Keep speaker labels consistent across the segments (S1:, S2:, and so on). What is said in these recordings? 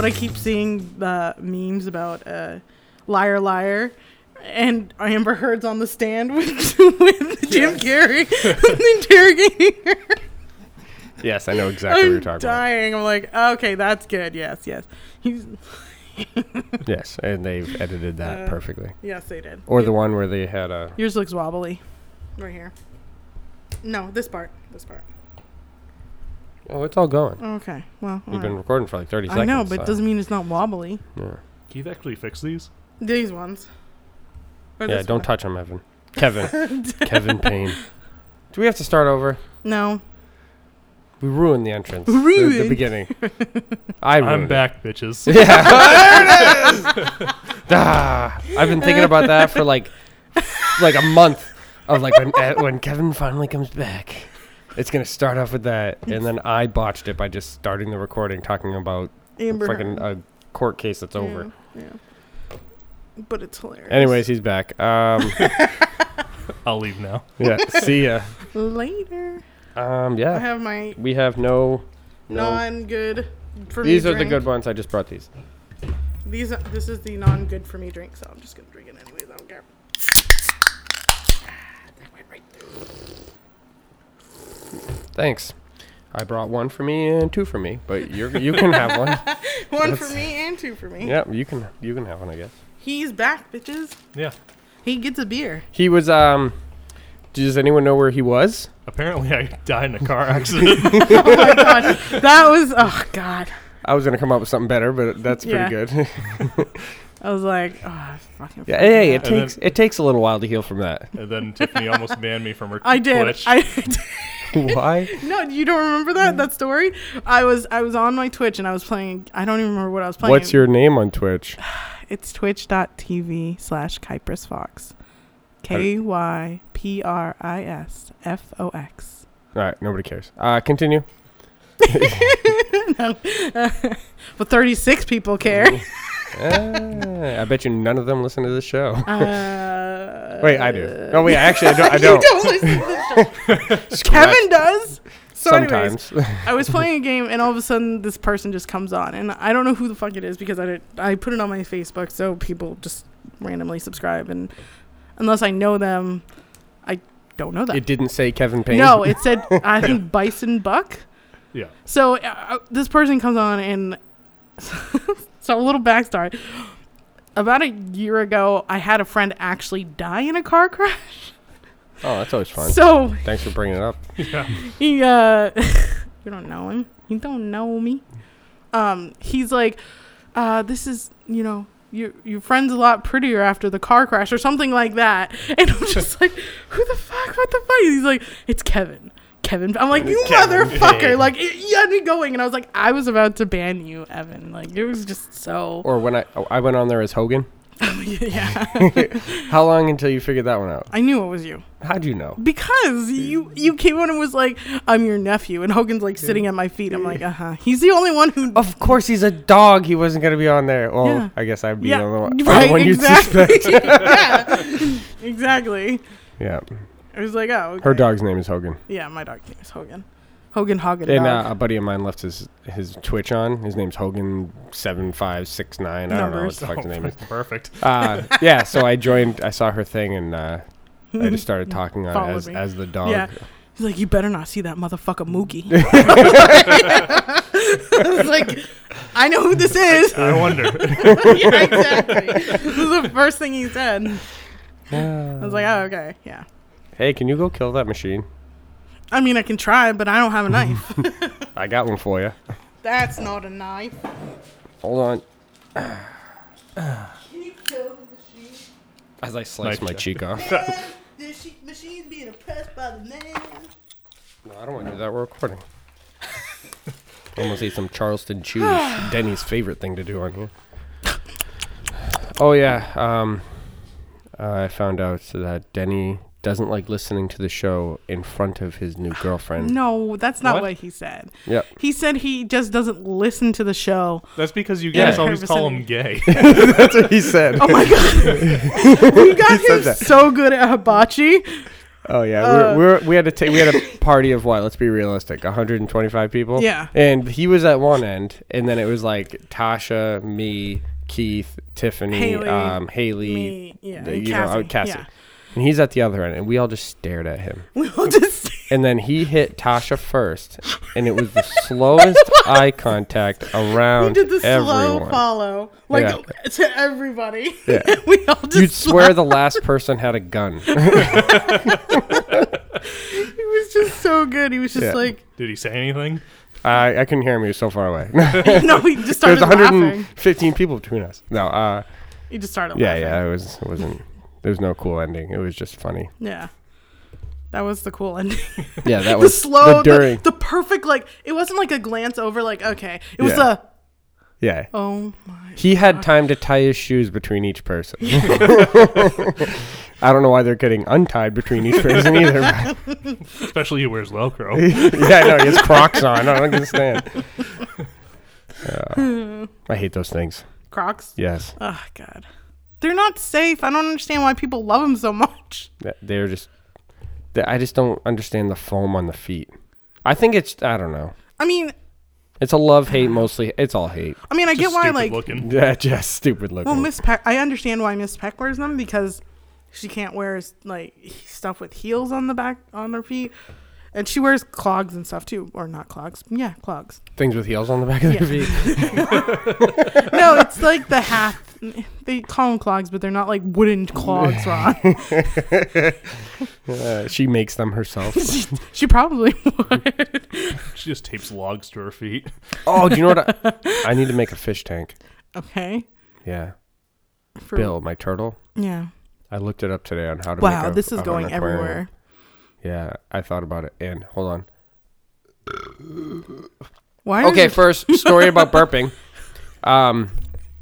S1: I keep seeing uh, memes about uh, liar liar. And Amber Heard's on the stand with, with Jim Carrey interrogating her.
S2: Yes, I know exactly what
S1: I'm
S2: you're talking
S1: dying. I'm like, okay, that's good. Yes, yes. He's,
S2: about. Yes, and they've edited that
S1: Uh,
S2: perfectly.
S1: yes, they did.
S2: Or the one where they had a
S1: Yours looks wobbly. Right here. No, this part. This part.
S2: oh, it's all going.
S1: Okay. Well,
S2: We've
S1: alright.
S2: been recording for like 30
S1: I
S2: seconds.
S1: know, but it
S2: so-
S1: doesn't mean it's not wobbly.
S2: yeah.
S3: Keith actually fixed these.
S1: These ones. Or
S2: Yeah,
S1: this
S2: don't
S1: one.
S2: touch him, Evan. Kevin. Kevin Payne. Do we have to start over?
S1: No.
S2: We ruined the entrance. the- The,
S1: Ruined.
S2: beginning. I ruined
S3: I'm
S2: it.
S3: back, bitches.
S2: Yeah. there it is. ah, I've been thinking about that for like like a month of like when eh, when Kevin finally comes back. It's gonna start off with that, and then I botched it by just starting the recording talking about
S1: Amber.
S2: freaking
S1: Heard.
S2: a court case that's over.
S1: Yeah, yeah. But it's hilarious.
S2: Anyways, he's back. Um,
S3: I'll leave now.
S2: yeah. See ya.
S1: Later.
S2: Um,
S1: I
S2: yeah.
S1: have my
S2: We have no. No.
S1: non-good for me
S2: These are the
S1: drink.
S2: good ones. I just brought these.
S1: These are, this is the non-good for me drink, so I'm just gonna drink it anyways. I don't care. That went right through.
S2: Thanks. I brought one for me and two for me, but you're you can have one.
S1: One for me and two for me.
S2: Yeah, you can you can have one, I guess.
S1: He's back, bitches.
S3: Yeah.
S1: He gets a beer.
S2: He was um does anyone know where he was?
S3: Apparently, I died in a car accident.
S1: Oh my god, that was oh god.
S2: I was gonna come up with something better, but that's pretty
S1: Yeah.
S2: good.
S1: I was like, oh fucking.
S2: yeah, hey, it
S3: And then-
S2: takes it takes a little while to heal from that.
S3: and then Tiffany almost banned me from her
S1: I did.
S3: Twitch.
S1: I
S2: Why?
S1: no, you don't remember that
S2: Mm.
S1: that story? I was I was on my Twitch and I was playing. I don't even remember what I was playing.
S2: What's your name on Twitch?
S1: It's twitch.tv slash Kypris Fox. K Y P R I S F O X.
S2: All right, nobody cares. Uh, continue.
S1: But 36 people care.
S2: Uh, I bet you none of them listen to this show.
S1: uh,
S2: Wait, I do. Oh wait, actually, I don't. I
S1: you
S2: don't.
S1: don't listen to the show. Kevin does. So anyways,
S2: Sometimes.
S1: I was playing a game and all of a sudden this person just comes on and I don't know who the fuck it is because I did, I put it on my Facebook so people just randomly subscribe and unless I know them, I don't know them.
S2: it didn't say Kevin Payne.
S1: No, it said I think Bison Buck.
S3: Yeah.
S1: So uh, uh, this person comes on and so a little backstory. About a year ago, I had a friend actually die in a car crash.
S2: Oh, that's always fun.
S1: So
S2: Thanks for bringing it up.
S1: he uh you don't know him you don't know me um he's like uh this is you know your your friend's a lot prettier after the car crash or something like that and i'm just like who the fuck what the fuck he's like it's kevin Kevin, I'm like you
S2: Kevin.
S1: motherfucker! Like it, you had me going, and I was like, I was about to ban you, Evan. Like it was just so,
S2: Or when I oh, I went on there as Hogan.
S1: yeah.
S2: How long until you figured that one out?
S1: I knew it was you
S2: How'd you know?
S1: because you you came on and was like, I'm your nephew, and Hogan's like sitting at my feet. I'm like, uh huh. He's the only one who
S2: Of course, he's a dog. He wasn't gonna be on there. Well,
S1: Yeah.
S2: I guess I'd be
S1: Yeah,
S2: the only one,
S1: right,
S2: the one
S1: exactly.
S2: you'd suspect.
S1: yeah, exactly.
S2: yeah,
S1: I was like, oh, okay.
S2: her dog's name is Hogan,
S1: Yeah, my dog's name is Hogan. Hogan Hogan
S2: and
S1: dog.
S2: uh, a buddy of mine left his his Twitch on. His name's Hogan seven five six nine. I don't know
S1: Numbers.
S2: what the fuck his name is.
S3: Perfect.
S2: Uh, yeah, so I joined. I saw her thing, and uh, I just started talking on it
S1: Followed
S2: as
S1: me.
S2: as the dog.
S1: Yeah. He's like, you better not see that motherfucker Moogie. I was like, I know who this is.
S3: I wonder.
S1: yeah, exactly. This is the first thing he said. I was like, oh, okay, yeah.
S2: Hey, can you go kill that machine?
S1: I mean, I can try, but I don't have a knife.
S2: I got one for you.
S1: That's not a knife.
S2: Hold on.
S1: Can you kill the machine?
S2: As I slice
S3: Knife
S2: my
S3: check.
S2: cheek off.
S1: Man, this she- machine's being oppressed by the man.
S2: No, I don't want to do that. We're recording. Almost ate some Charleston chews. Denny's favorite thing to do on here. Oh yeah, um, uh, I found out that Denny doesn't like listening to the show in front of his new girlfriend.
S1: No, that's not what,
S3: What?
S1: he said.
S2: Yep.
S1: He said he just doesn't listen to the show.
S3: That's because you guys
S2: Yeah.
S3: always call
S1: 100%.
S3: him gay.
S2: That's what he said.
S1: Oh my god, we got
S2: said
S1: him
S2: that.
S1: so good at hibachi.
S2: Oh yeah,
S1: Uh,
S2: we're, we're, we had to take we had a party of what? Let's be realistic, 125 people.
S1: Yeah.
S2: and he was at one end, and then it was like Tasha, me, Keith, Tiffany,
S1: Haley,
S2: um, Haley,
S1: Me, yeah,
S2: the-
S1: and
S2: you know, uh,
S1: Cassie.
S2: Cassie.
S1: Yeah.
S2: and he's at the other end, and we all just stared at him.
S1: We all just
S2: And then he hit Tasha first, and it was the slowest eye contact
S1: we
S2: around
S1: did the slow
S2: everyone.
S1: follow, like
S2: Yeah.
S1: to everybody.
S2: Yeah.
S1: we all just
S2: You'd swear the last person had a gun.
S1: He was just so good. He was just
S2: Yeah.
S1: like,
S3: Did he say anything?
S2: I, I couldn't hear him; he was so far away.
S1: no, he just
S2: There's
S1: started laughing.
S2: 115 people between us. No, uh,
S1: He just started
S2: yeah,
S1: laughing.
S2: yeah, it was it wasn't. There was no cool ending. It was just funny.
S1: Yeah. That was the cool ending.
S2: Yeah, that
S1: the
S2: was
S1: slow, the,
S2: the during.
S1: the perfect, like, it wasn't like a glance over, like, okay. It was
S2: Yeah.
S1: a,
S2: yeah,
S1: oh my.
S2: he had time to tie his shoes between each person. I don't know why they're getting untied between each person either. but-
S3: Especially he wears Velcro.
S2: yeah, I know. He has Crocs on. I don't understand. Uh, I hate those things.
S1: Crocs.
S2: Yes,
S1: Oh, God. They're not safe. I don't understand why people love them so much.
S2: Th- they're just. they- I just don't understand the foam on the feet. I think it's. I don't know.
S1: I mean,
S2: It's a love hate mostly. It's all hate.
S1: I mean, I get
S3: Just
S1: why,
S3: stupid
S1: like,
S3: looking.
S2: Yeah, just stupid looking.
S1: well, Miss Peck, I understand why Miss Peck wears them because she can't wear, like, stuff with heels on the back, on her feet. And she wears clogs and stuff too, or not clogs. Yeah, clogs.
S2: Things with heels on the back of their
S1: Yeah.
S2: feet.
S1: no, it's like the half. They call them clogs, but they're not like wooden clogs, Ron.
S2: Uh, she makes them herself.
S1: she probably would.
S3: She just tapes logs to her feet.
S2: oh, do you know what? I, I need to make a fish tank.
S1: Okay.
S2: Yeah,
S1: For,
S2: Bill, my turtle.
S1: Yeah.
S2: I looked it up today on how to.
S1: Wow,
S2: make a,
S1: this is
S2: on an
S1: going
S2: aquarium.
S1: everywhere.
S2: Yeah, I thought about it. And hold on.
S1: Why? are
S2: Okay,
S1: you-
S2: first story about burping. Um,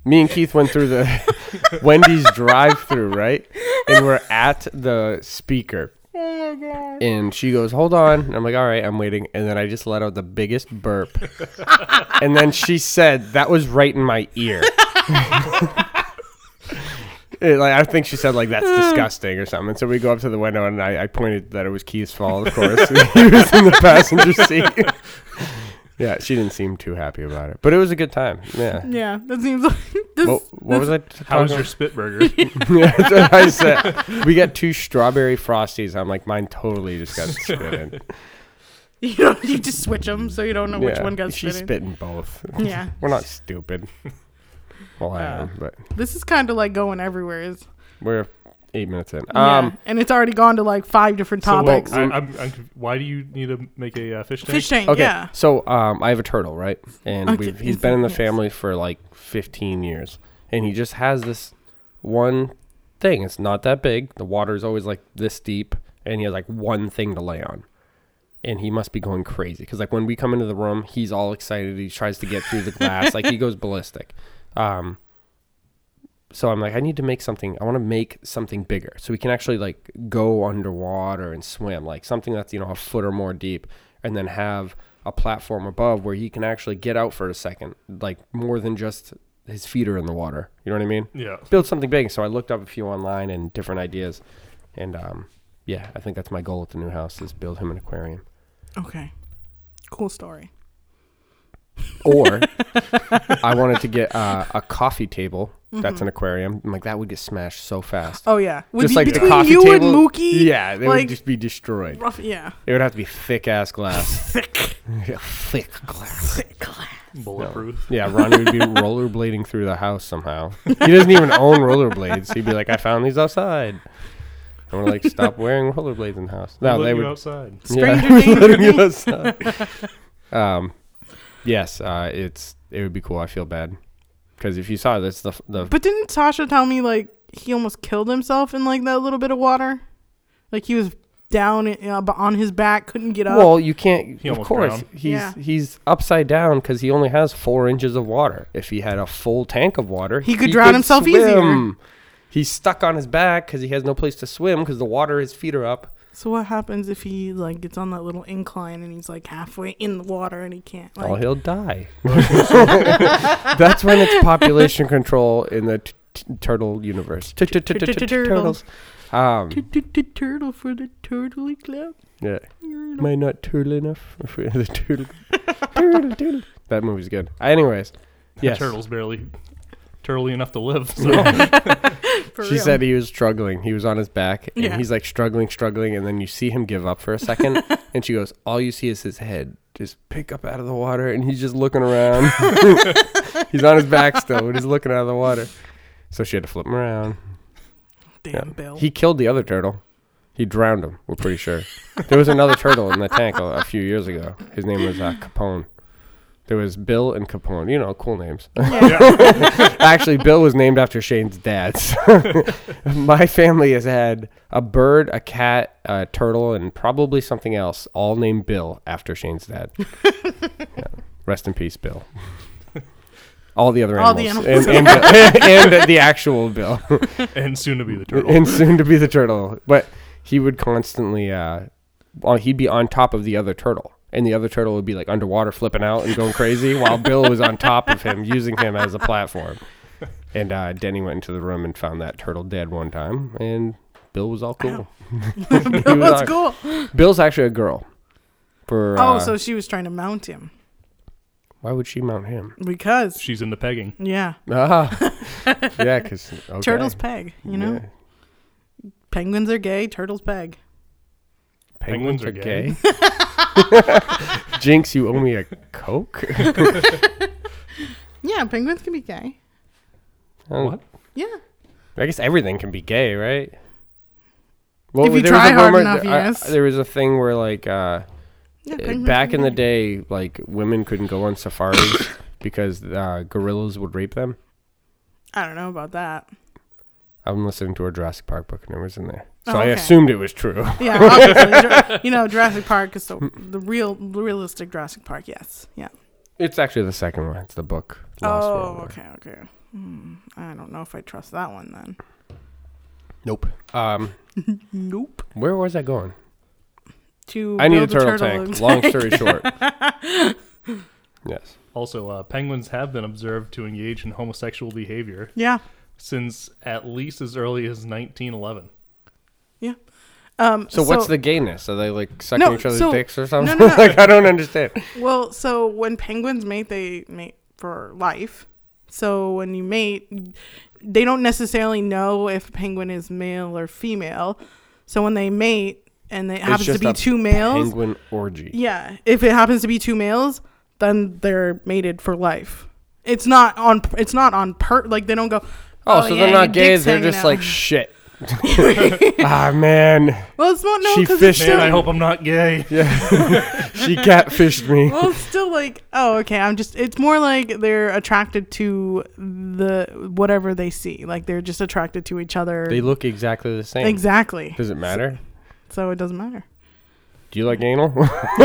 S2: me and Keith went through the Wendy's drive-through, right? And we're at the speaker.
S1: oh my god.
S2: And she goes, "Hold on." And I'm like, "All right, I'm waiting." And then I just let out the biggest burp. and then she said, "That was right in my ear." It, like I think she said, like that's disgusting or something. So we go up to the window, and I, I pointed that it was Keith's fault, of course. he was in the passenger seat. yeah, she didn't seem too happy about it, but it was a good time. Yeah.
S1: Yeah, that seems like this.
S2: What, what was I? t-
S3: How was
S2: talking
S3: your spit burger?
S2: about? yeah, that's what I said. We got two strawberry frosties. I'm like, mine totally just got spit in.
S1: You know, you just switch them so you don't know which
S2: Yeah,
S1: one got
S2: she's
S1: spit.
S2: spitting both.
S1: in. Yeah,
S2: We're not stupid. Well, I
S1: Uh,
S2: am, but
S1: this is kind of like going everywhere. Is
S2: we're eight minutes in.
S1: yeah.
S2: Um,
S1: and it's already gone to like five different
S3: So, well,
S1: topics.
S3: I, I'm, I'm, conf- why do you need to make a uh, fish tank?
S1: Fish tank.
S2: okay,
S1: Yeah.
S2: so um, I have a turtle, right? And
S1: Okay,
S2: we've, he's been in the
S1: yes.
S2: family for like 15 years, and he just has this one thing. It's not that big. The water is always like this deep, and he has like one thing to lay on. And he must be going crazy because like when we come into the room, he's all excited. He tries to get through the glass, like he goes ballistic. Um, so I'm like, I need to make something. I want to make something bigger so we can actually like go underwater and swim, like something that's you know a foot or more deep, and then have a platform above where he can actually get out for a second, like more than just his feet are in the water. You know what I mean?
S3: Yeah.
S2: Build something big. So I looked up a few online and different ideas, and um, yeah, I think that's my goal at the new house is build him an aquarium
S1: Okay. Cool story.
S2: or I wanted to get uh, a coffee table that's an aquarium. I'm like that would get smashed so fast.
S1: Oh yeah, With
S2: just
S1: you-
S2: like
S1: between
S2: the coffee
S1: you
S2: table,
S1: and Mookie.
S2: yeah, they
S1: like-
S2: would just be destroyed.
S1: Rough, yeah.
S2: It would have to be thick ass glass,
S1: Thick.
S2: Yeah, thick glass.
S1: Thick.
S3: Bulletproof.
S2: Yeah, Ronnie would be rollerblading through the house somehow. He doesn't even own rollerblades. He'd be like, "I found these outside." And we're like, "Stop wearing rollerblades in the house." No,
S3: Let
S2: they
S3: you
S2: would.
S3: outside.
S1: Stranger
S2: yeah,
S1: danger.
S2: letting you outside. um, yes, uh, it's it would be cool. I feel bad because if you saw this, the the
S1: But didn't Tasha tell me like he almost killed himself in like that little bit of water? Like he was down uh, b- on his back, couldn't get up.
S2: Well, you can't.
S3: He
S2: of
S3: almost
S2: course,
S3: drowned.
S2: he's
S1: Yeah.
S2: he's upside down because he only has four inches of water. If he had a full tank of water,
S1: He could drown himself easier.
S2: swim. He's stuck on his back because he has no place to swim because the water, his feet are up.
S1: so what happens if he like gets on that little incline and he's like halfway in the water and he can't? Like,
S2: oh, he'll die. That's when it's population control in the t- t- turtle universe. T- t- t- t- t-
S1: Turtles.
S2: Turtles. Um,
S1: Turtle for the turtle club.
S2: yeah. Am I not turtle enough? for the turtle, turtle, turtle. That movie's good. Anyways, yes.
S3: turtle's barely turtly enough to live. So
S1: For
S2: She
S1: real.
S2: said he was struggling. He was on his back, and
S1: Yeah.
S2: he's like struggling, struggling, and then you see him give up for a second, and she goes, "All you see is his head just pick up out of the water," and he's just looking around. he's on his back still, but he's looking out of the water. So she had to flip him around.
S1: "Damn
S2: Yeah.
S1: Bill."
S2: He killed the other turtle. He drowned him. We're pretty sure. There was another turtle in the tank a, a few years ago. His name was uh, Capone. There was Bill and Capone. You know, cool names. Actually, Bill was named after Shane's dad. so My family has had a bird, a cat, a turtle, and probably something else, all named Bill after Shane's dad. Yeah. Rest in peace, Bill. All the other
S1: All
S2: animals,
S1: the animals.
S2: And, and, Bill- and the actual Bill
S3: and soon to be the turtle.
S2: and soon to be the turtle. But he would constantly, uh, well, he'd be on top of the other turtle, and the other turtle would be like underwater, flipping out and going crazy, while Bill was on top of him, using him as a platform. And uh, Denny went into the room and found that turtle dead one time, and Bill was all cool. He
S1: Bill
S2: was
S1: was
S2: on-
S1: cool.
S2: Bill's actually a girl. For
S1: Oh,
S2: uh,
S1: so she was trying to mount him
S2: why would she mount him?
S1: because
S3: She's into pegging.
S1: yeah,
S2: Ah, yeah, because
S1: turtles peg. You know, penguins are gay. Turtles peg.
S2: Penguins,
S3: Penguins
S2: are
S3: are
S2: gay. Jinx, you owe me a Coke?
S1: Yeah, penguins can be gay.
S2: what?
S1: Yeah,
S2: Oh, I guess everything can be gay, right? Well,
S1: If you
S2: there was
S1: try
S2: a
S1: hard
S2: rumor-
S1: enough,
S2: I-
S1: yes.
S2: there was a thing where, like, uh,
S1: yeah.
S2: eh,
S1: penguins
S2: back
S1: can
S2: in the
S1: be gay.
S2: day, like, women couldn't go on safaris because uh, gorillas would rape them.
S1: I don't know about that.
S2: I'm listening to a Jurassic Park book, and it was in there, so
S1: Oh,
S2: I
S1: okay.
S2: assumed it was true.
S1: Yeah, obviously, Jura- you know, Jurassic Park is the, the real, realistic Jurassic Park. Yes, yeah.
S2: It's actually the second one. It's the book. Lost
S1: oh,
S2: one.
S1: okay, okay. Hmm, I don't know if I trust that one then.
S2: Nope. Um,
S1: Nope.
S2: where was I going?
S1: To
S2: I need a
S1: build
S2: turtle, tank. Long story short. yes.
S3: Also, uh, penguins have been observed to engage in homosexual behavior
S1: Yeah,
S3: since at least as early as 1911.
S1: yeah. Um,
S2: So, what's the gayness? Are they like sucking
S1: No,
S2: each other's
S1: so-
S2: dicks or something?
S1: no, no.
S2: like I don't understand.
S1: Well, so when penguins mate, they mate for life. So when you mate, they don't necessarily know if a penguin is male or female. So when they mate and it happens to
S2: just
S1: be
S2: a
S1: two males,
S2: Penguin orgy.
S1: yeah, if it happens to be two males, then they're mated for life. It's not on. It's not on per. Like they don't go.
S2: Oh, so
S1: yeah,
S2: they're
S1: your
S2: not gays.
S1: dick's
S2: They're
S1: hanging
S2: just
S1: out."
S2: like shit. ah man,
S1: Well, it's not no.
S2: she
S1: 'cause it's
S2: fished
S1: still-
S3: Man, I hope I'm not gay.
S2: she catfished me.
S1: well, it's still like, oh, okay. I'm just. It's more like they're attracted to the whatever they see. Like they're just attracted to each other.
S2: They look exactly the same.
S1: exactly.
S2: Does it matter?
S1: So it doesn't matter.
S2: Do you like anal?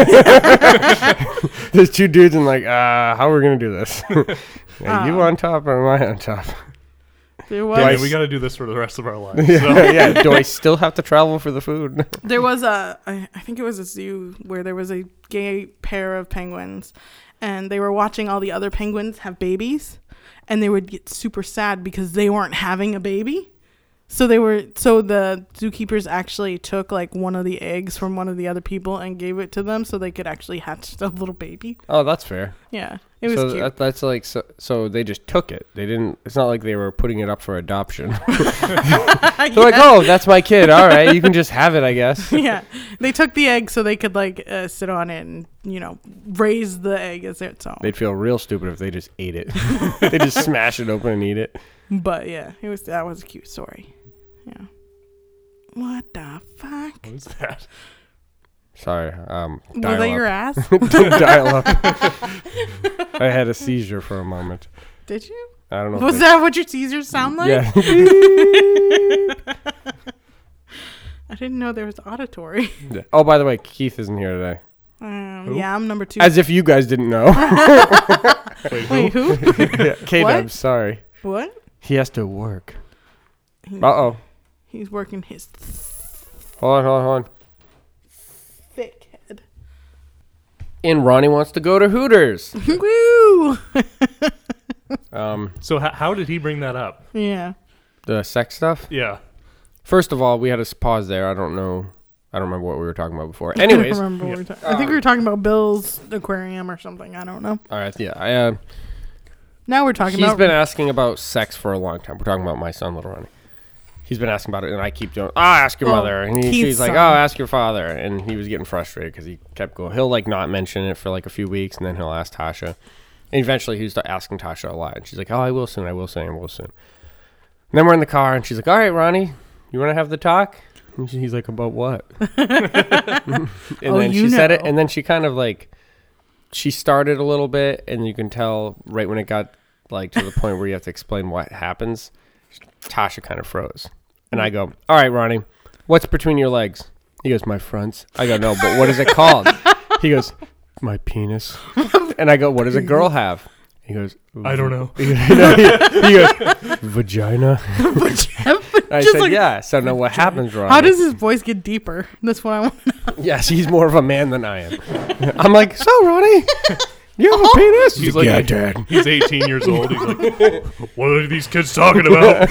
S2: There's two dudes and like, uh, how are we gonna do this? Are you
S1: Uh.
S2: on top or am I on top?
S1: There
S2: Do I
S1: was
S3: Man, we got to do this for the rest of our lives. So.
S2: yeah. Do I still have to travel for the food?
S1: there was a I, I think it was a zoo where there was a gay pair of penguins, and they were watching all the other penguins have babies, and they would get super sad because they weren't having a baby. So they were so the zookeepers actually took like one of the eggs from one of the other people and gave it to them so they could actually hatch a little baby.
S2: Oh, that's fair.
S1: Yeah, it was
S2: so
S1: cute.
S2: That, that's like so, so they just took it. They didn't. It's not like they were putting it up for adoption. They're like, oh, that's my kid. All right, you can just have it, I guess.
S1: yeah, they took the egg so they could like uh, sit on it and you know raise the egg as its own.
S2: They'd feel real stupid if they just ate it. they just smash it open and eat it.
S1: But yeah, it was that was a cute story. Yeah. What the fuck?
S2: Oh,
S3: What is that?
S2: Sorry, um,
S1: Was that
S2: dial
S1: your
S2: up.
S1: ass?
S2: dial up. I had a seizure for a moment.
S1: Did you?
S2: I don't know. if
S1: Was
S2: they-
S1: that what your Caesars sound like?
S2: Yeah.
S1: I didn't know there was auditory.
S2: oh, by the way, Keith isn't here today.
S1: Um,
S3: Who?
S1: yeah, I'm number two.
S2: As if you guys didn't know.
S3: Wait, who?
S1: Wait, who?
S2: yeah, K-Dub, sorry.
S1: what?
S2: He has to work.
S1: He-
S2: Uh oh.
S1: He's working his
S2: Hold on, hold on, hold on.
S1: thick head.
S2: And Ronnie wants to go to Hooters.
S1: Woo!
S2: Um,
S3: So, how, how did he bring that up?
S1: Yeah.
S2: the sex stuff.
S3: Yeah.
S2: First of all, we had a s- pause there. I don't know. I don't remember what we were talking about before.
S1: I, don't
S2: Anyways, all
S1: remember what we
S3: yeah.
S1: were talking- I think we were talking about Bill's aquarium or something. I don't know.
S2: right. Yeah, I, uh,
S1: Now we're talking
S2: he's
S1: about.
S2: been asking about sex for a long time. We're talking about my son, little Ronnie. He's been asking about it, and I keep doing. Oh, ask your
S1: Well,
S2: mother, and he,
S1: Keith's
S2: she's like, "Oh,
S1: son.
S2: ask your father." And he was getting frustrated because he kept going. He'll like not mention it for like a few weeks, and then he'll ask Tasha. And eventually, he was asking Tasha a lot, and she's like, "Oh, I will soon. I will soon. I will soon." And then we're in the car, and she's like, "All right, Ronnie, you want to have the talk?" And she- he's like, "About what?" and
S1: Oh,
S2: then she
S1: you
S2: said it,
S1: know.
S2: and then she kind of like she started a little bit, and you can tell right when it got like to the point where you have to explain what happens. Tasha kind of froze, and I go, "All right, Ronnie, what's between your legs?" He goes, "My fronts." I go, "No, but what is it called?" he goes, "My penis." And I go, "What does a girl have?" He goes,
S3: I don't know.
S2: he goes, "Vagina." I
S1: Just
S2: said,
S1: like-
S2: "Yeah." So now what happens, Ronnie?
S1: How does his voice get deeper? That's what I want.
S2: Yes, he's more of a man than I am. I'm like, so Ronnie, you have a penis?
S3: Oh." He's like-
S2: Dad.
S3: He's 18 years old. He's like, what are these kids talking about?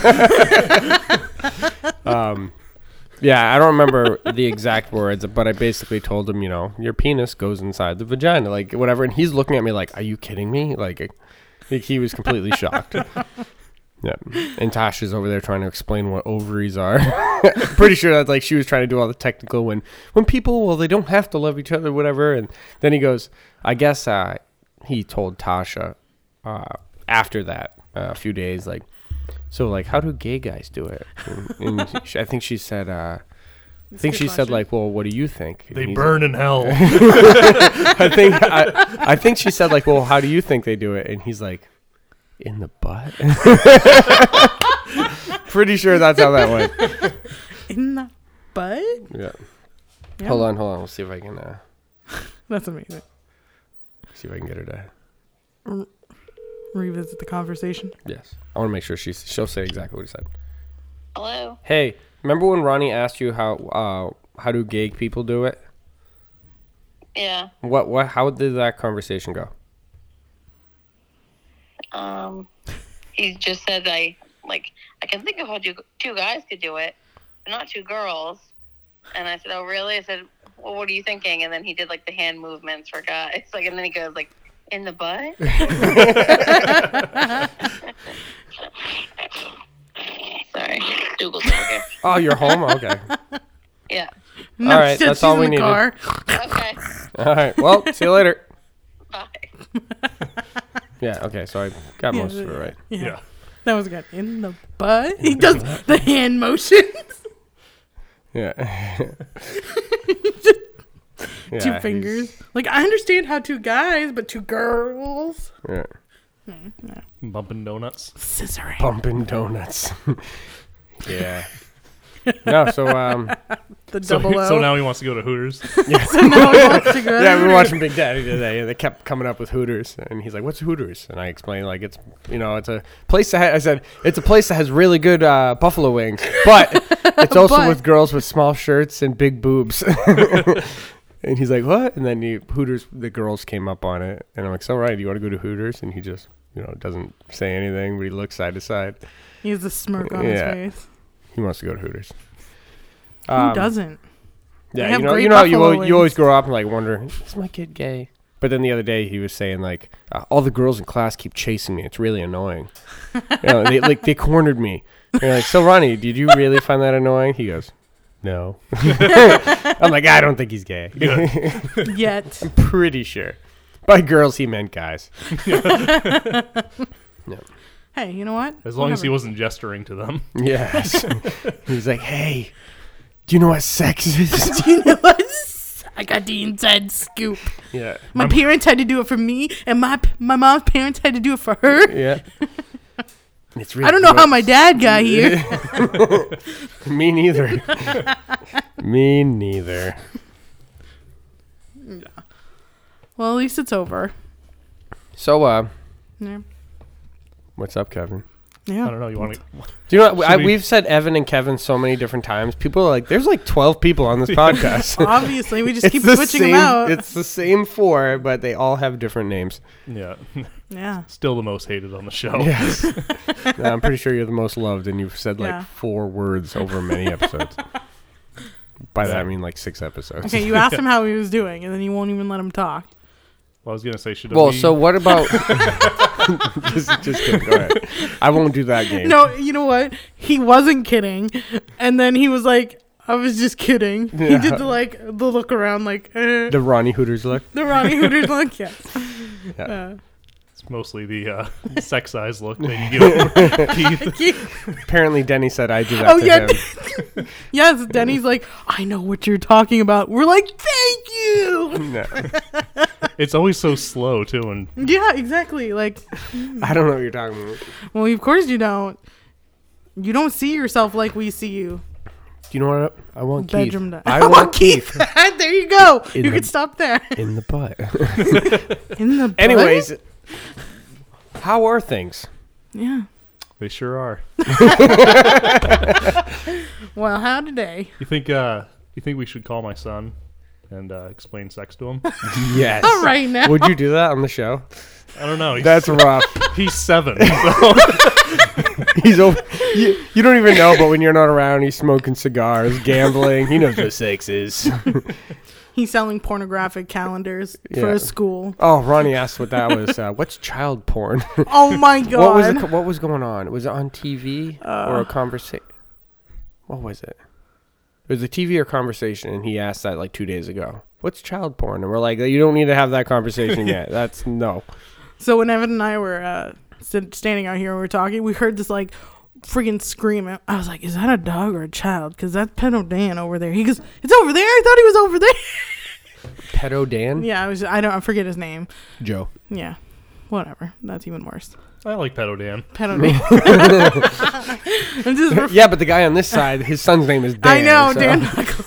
S2: Um, yeah, I don't remember the exact words, but I basically told him, you know, your penis goes inside the vagina, like whatever. And he's looking at me like, are you kidding me? Like, like he was completely shocked. Yeah, and Tasha's over there trying to explain what ovaries are. Pretty sure that's like she was trying to do all the technical when when people well they don't have to love each other whatever. And then he goes, I guess uh, he told Tasha uh, after that uh, a few days like, so like how do gay guys do it? And, and she, I think she said uh, I think she said like, well, what do you think? And
S3: They
S2: he's
S3: burn in hell.
S2: I think I, I think she said like, "Well, how do you think they do it?" And he's like, "In the butt." Pretty sure that's how that went.
S1: in the butt.
S2: Yeah.
S1: Yeah.
S2: Hold on, hold on. We'll see if I can uh,
S1: That's amazing.
S2: see if I can get her to.
S1: Revisit the conversation.
S2: Yes. I want to make sure she she'll say exactly what he said.
S4: Hello.
S2: Hey, remember when Ronnie asked you how uh, how do gay people do it?
S4: Yeah.
S2: What what? How did that conversation go?
S4: Um, he just said I like I can think of how two two guys could do it, but not two girls. And I said, "Oh, really?" I said, "Well, what are you thinking?" And then he did like the hand movements for guys, like, and then he goes like, "In the butt." Sorry, Dougal's over here.
S2: Oh, you're home. Okay.
S4: Yeah.
S1: No,
S2: right,
S1: she said
S2: that's all
S1: she's
S2: we
S1: in the car.
S2: needed.
S4: Okay.
S2: All right. Well, see you later.
S4: Bye.
S2: Yeah. Okay. So I got
S1: Yeah,
S2: most of it right.
S1: Yeah.
S3: Yeah.
S1: That was good. In the butt. He does the hand motions.
S2: Yeah. Yeah,
S1: two
S2: he's-
S1: fingers. Like I understand how two guys, but two girls.
S2: Yeah. Hmm,
S3: Bumping donuts.
S1: Scissoring.
S2: Pumping donuts. yeah. No, so um,
S1: The
S3: So,
S1: double O.
S3: so now he wants to go to Hooters.
S1: So now he wants to go.
S2: yeah, we were watching Big Daddy today, and they kept coming up with Hooters, and he's like, "What's Hooters?" And I explained like it's you know it's a place that ha- I said it's a place that has really good uh, buffalo wings, but it's also
S1: But-
S2: with girls with small shirts and big boobs. and he's like, "What?" And then you, Hooters, the girls came up on it, and I'm like, "So right, do you want to go to Hooters?" And he just you know doesn't say anything, but he looks side to side.
S1: He has a smirk on
S2: Yeah.
S1: his face.
S2: He wants to go to Hooters. Um,
S1: Who doesn't? They
S2: Yeah, you
S1: have
S2: know,
S1: great
S2: you know, how you,
S1: buffalo
S2: al- you always
S1: wings.
S2: grow up and like wonder, is my kid gay? But then the other day he was saying like, uh, all the girls in class keep chasing me. It's really annoying. you know, they like they cornered me. And you're like, so Ronnie, did you really find that annoying? He goes, no. I'm like, I don't think he's gay.
S1: Yet.
S2: Pretty sure. By girls he meant guys.
S1: hey, you know what?
S3: As long as he
S1: Whatever.
S3: wasn't gesturing to them.
S2: Yes. he's like, hey, do you know what sex is?
S1: You know what? I got the inside scoop.
S2: yeah.
S1: My parents had to do it for me, and my my mom's parents had to do it for her.
S2: Yeah. It's really
S1: I don't know how
S2: gross.
S1: my dad got here.
S2: Me neither. Me neither.
S1: well, at least it's over.
S2: So, uh,
S1: Yeah.
S2: what's up, Kevin?
S1: Yeah.
S3: I don't know. You want to?
S2: Do you know what? I,
S3: Should we-
S2: we've said Evan and Kevin so many different times. People are like, there's like 12 people on this podcast.
S1: Obviously, we just keep
S2: the
S1: switching
S2: same,
S1: them out.
S2: It's the same four, but they all have different names.
S3: Yeah.
S1: yeah.
S3: Still the most hated on the show.
S2: Yes. I'm pretty sure you're the most loved, and you've said like
S1: Yeah.
S2: four words over many episodes. By that, I mean like six episodes.
S1: Okay, you asked him how he was doing, and then you won't even let him talk.
S3: Well, I was gonna say should
S2: Well,
S3: we,
S2: so what about. just, just kidding. Go ahead. I won't do that game.
S1: No, you know what? He wasn't kidding, and then he was like, "I was just kidding." He
S2: Yeah.
S1: did the like the look around, like eh.
S2: The Ronnie Hooters look.
S1: the Ronnie Hooters look. Yes.
S2: Yeah.
S1: Uh,
S3: it's mostly the uh, sex eyes look that you give Keith.
S1: he-
S2: Apparently, Denny said I do that
S1: oh
S2: to
S1: yeah.
S2: him.
S1: yes, Denny's like, "I know what you're talking about." We're like, "Thank you."
S2: No.
S3: It's always so slow too, and
S1: Yeah, exactly. Like,
S2: I don't know what you're talking about.
S1: well, of course you don't. You don't see yourself like we see you.
S2: Do you know what? I want Keith.
S1: Bedroom di-
S2: I, want, Keith.
S1: there you go.
S2: In
S1: you
S2: the-
S1: can stop there.
S2: in the butt.
S1: In the butt?
S2: Anyways, how are things?
S1: Yeah.
S3: they sure are.
S1: Well, how today?
S3: You think? uh You think we should call my son and uh, explain sex to him?
S2: Yes.
S1: All right now.
S2: Would you do that on the show?
S3: I don't know. He's,
S2: That's rough.
S3: he's seven. So
S2: He's over. You, you don't even know, but when you're not around, he's smoking cigars, gambling. He knows what sex is.
S1: He's selling pornographic calendars for
S2: Yeah.
S1: a school.
S2: Oh, Ronnie asked what that was. Uh, what's child porn?
S1: Oh my god.
S2: what was it, co- what was going on? Was it on TV
S1: Uh.
S2: or a conversation? What was it? It was a TV or conversation, and he asked that like two days ago. What's child porn? And we're like, you don't need to have that conversation yet. That's no.
S1: so when Evan and I were uh, st- standing out here and we were talking, we heard this like freaking scream. And I was like, "Is that a dog or a child?" Because that's Pedo Dan over there. He goes, "It's over there." I thought he was over there.
S2: Pedo Dan?
S1: yeah, I was. I don't. I forget his name.
S2: Joe.
S1: Yeah. Whatever. That's even worse.
S3: I like Pedo Dan.
S1: Pedo Dan. I'm just ref-
S2: Yeah, but the guy on this side, his son's name is Dan.
S1: I know,
S2: so-
S1: Dan Buckley.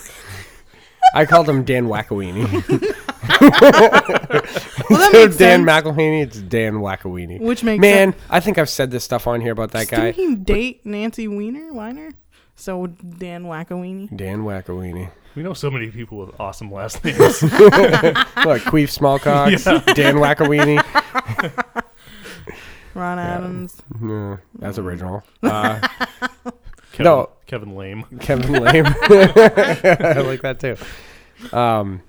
S2: I called him Dan Wackawini.
S1: Well, that
S2: Dan
S1: makes sense.
S2: McElhaney, it's Dan Wackawini.
S1: Which makes
S2: Man, I think I've said this stuff on here about that guy.
S1: Didn't he date Nancy Weiner? Weiner? So Dan Wackawini.
S2: Dan Wackawini.
S3: We know so many people with awesome last names.
S2: Look, Queef Smallcox, Dan Wackawini.
S1: Ron Adams.
S2: No, that's original. Uh,
S3: Kevin,
S2: No.
S3: Kevin Lame.
S2: Kevin Lame. I like that too. Um,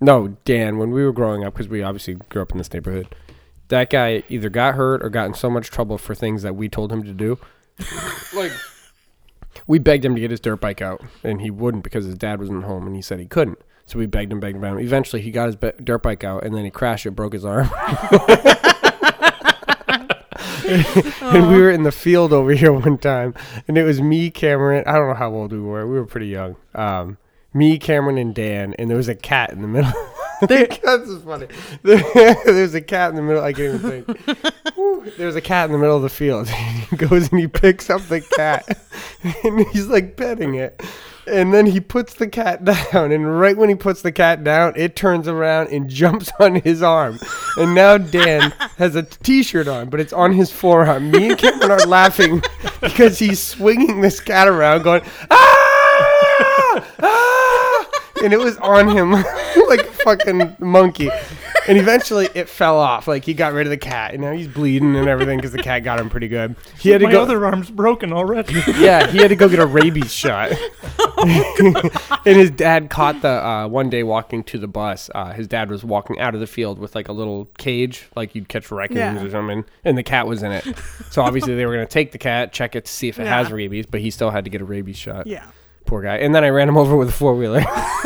S2: no, Dan, when we were growing up, because we obviously grew up in this neighborhood, that guy either got hurt or got in so much trouble for things that we told him to do. like, we begged him to get his dirt bike out, and he wouldn't because his dad wasn't home, and he said he couldn't. So we begged him, begged him, begged him. Eventually, he got his be- dirt bike out, and then he crashed and broke his arm. and we were in the field over here one time, and it was me, Cameron. I don't know how old we were. We were pretty young. Um, me, Cameron, and Dan, and there was a cat in the middle. That's just funny. There's a cat in the middle. I can't even think. Woo, There was a cat in the middle of the field. he goes and he picks up the cat, and he's like petting it. And then he puts the cat down, and right when he puts the cat down, it turns around and jumps on his arm. And now Dan has a T-shirt on, but it's on his forearm. Me and Cameron are laughing because he's swinging this cat around, going ah, ah, and it was on him like a fucking monkey. And eventually, it fell off. Like he got rid of the cat, and now he's bleeding and everything because the cat got him pretty good. He had to
S3: My
S2: go
S3: other arm's broken already.
S2: yeah, he had to go get a rabies shot. and his dad caught the uh, one day walking to the bus. Uh, his dad was walking out of the field with like a little cage, like you'd catch raccoons
S1: Yeah.
S2: or something, and the cat was in it. So obviously they were going to take the cat, check it to see if it
S1: Yeah.
S2: has rabies, but he still had to get a rabies shot.
S1: Yeah.
S2: Poor guy. And then I ran him over with a four wheeler.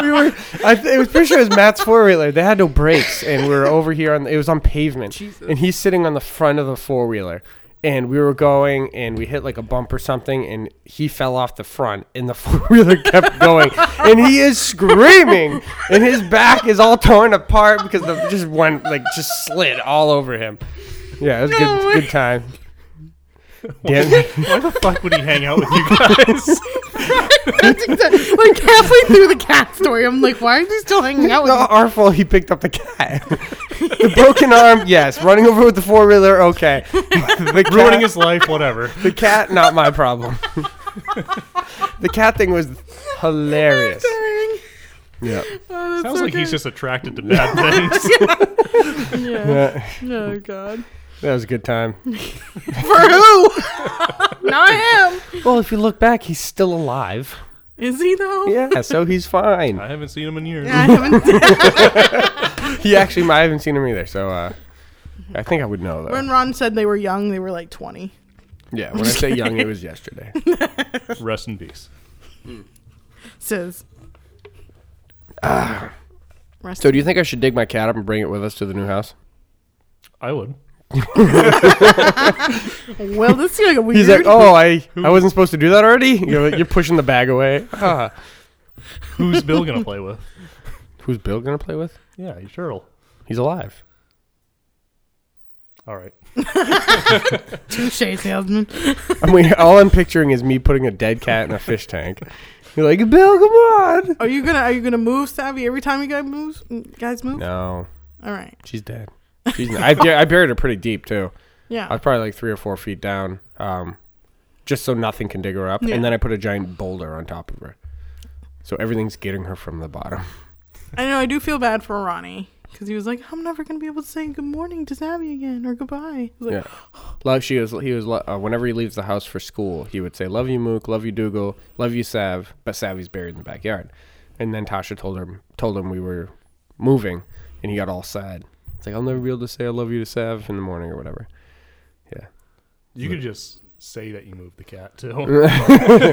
S2: we were, I th- it was pretty sure it was Matt's four wheeler. They had no brakes, and we were over here on. It was on pavement, and he's sitting on the front of the four wheeler. And we were going, and we hit like a bump or something, and he fell off the front, and the four wheeler kept going, and he is screaming, and his back is all torn apart because the just went like just slid all over him. Yeah, it was a
S1: No way.
S2: good, good time. Dan-
S3: Why the fuck would he hang out with you guys?
S1: That's exactly, like halfway through the cat story, I'm like, why is he still hanging out with
S2: No,
S1: me?
S2: our fault he picked up the cat. the broken arm, yes. Running over with the four wheeler, okay. the cat,
S3: Ruining his life, whatever.
S2: the cat, not my problem. the cat thing was hilarious.
S1: Dying.
S2: Yeah.
S1: Oh, that's
S3: Sounds
S1: so
S3: like
S1: good.
S3: he's just attracted to bad things.
S1: Yeah.
S2: yeah.
S1: Oh God.
S2: That was a good time.
S1: For who? Not him.
S2: Well, if you look back, he's still alive.
S1: Is he though?
S2: Yeah, so he's fine.
S3: I haven't seen him in years.
S1: I haven't.
S2: He actually, I haven't seen him either, so uh, I think I would know though.
S1: when Ron said they were young, they were like 20.
S2: yeah, when I say young, it was yesterday.
S3: Rest in peace.
S1: Says. Rest
S2: So, do you think I should dig my cat up and bring it with us to the new house?
S3: I would.
S1: well, this is like a weird.
S2: He's like, oh, I, I wasn't supposed to do that already. You're, you're pushing the bag away. Ah.
S3: Who's Bill gonna play with?
S2: Who's Bill gonna play with?
S3: Yeah, you sure.
S2: He's alive.
S3: All right.
S1: touche, salesman.
S2: I mean, all I'm picturing is me putting a dead cat in a fish tank. You're like, Bill, come on.
S1: Are you gonna Are you gonna move, Savvy? Every time you guys move, guys move.
S2: No,
S1: All right.
S2: she's dead. She's I, bu- I buried her pretty deep too. I
S1: Yeah.
S2: was probably like three or four feet down, um, just so nothing can dig her up.
S1: Yeah.
S2: And then I put a giant boulder on top of her, so everything's getting her from the bottom.
S1: I know. I do feel bad for Ronnie because he was like, I'm never gonna be able to say good morning to Savvy again or goodbye. I was like,
S2: Yeah. Love, she was, he was, lo- uh, whenever he leaves the house for school, he would say, Love you, Mook. Love you, Dougal. Love you, Sav. But Savvy's buried in the backyard. And then Tasha told him, told him we were moving, and he got all sad. It's like, I'll never be able to say I love you to Sav in the morning or whatever. Yeah.
S3: You could just say that you moved the cat too.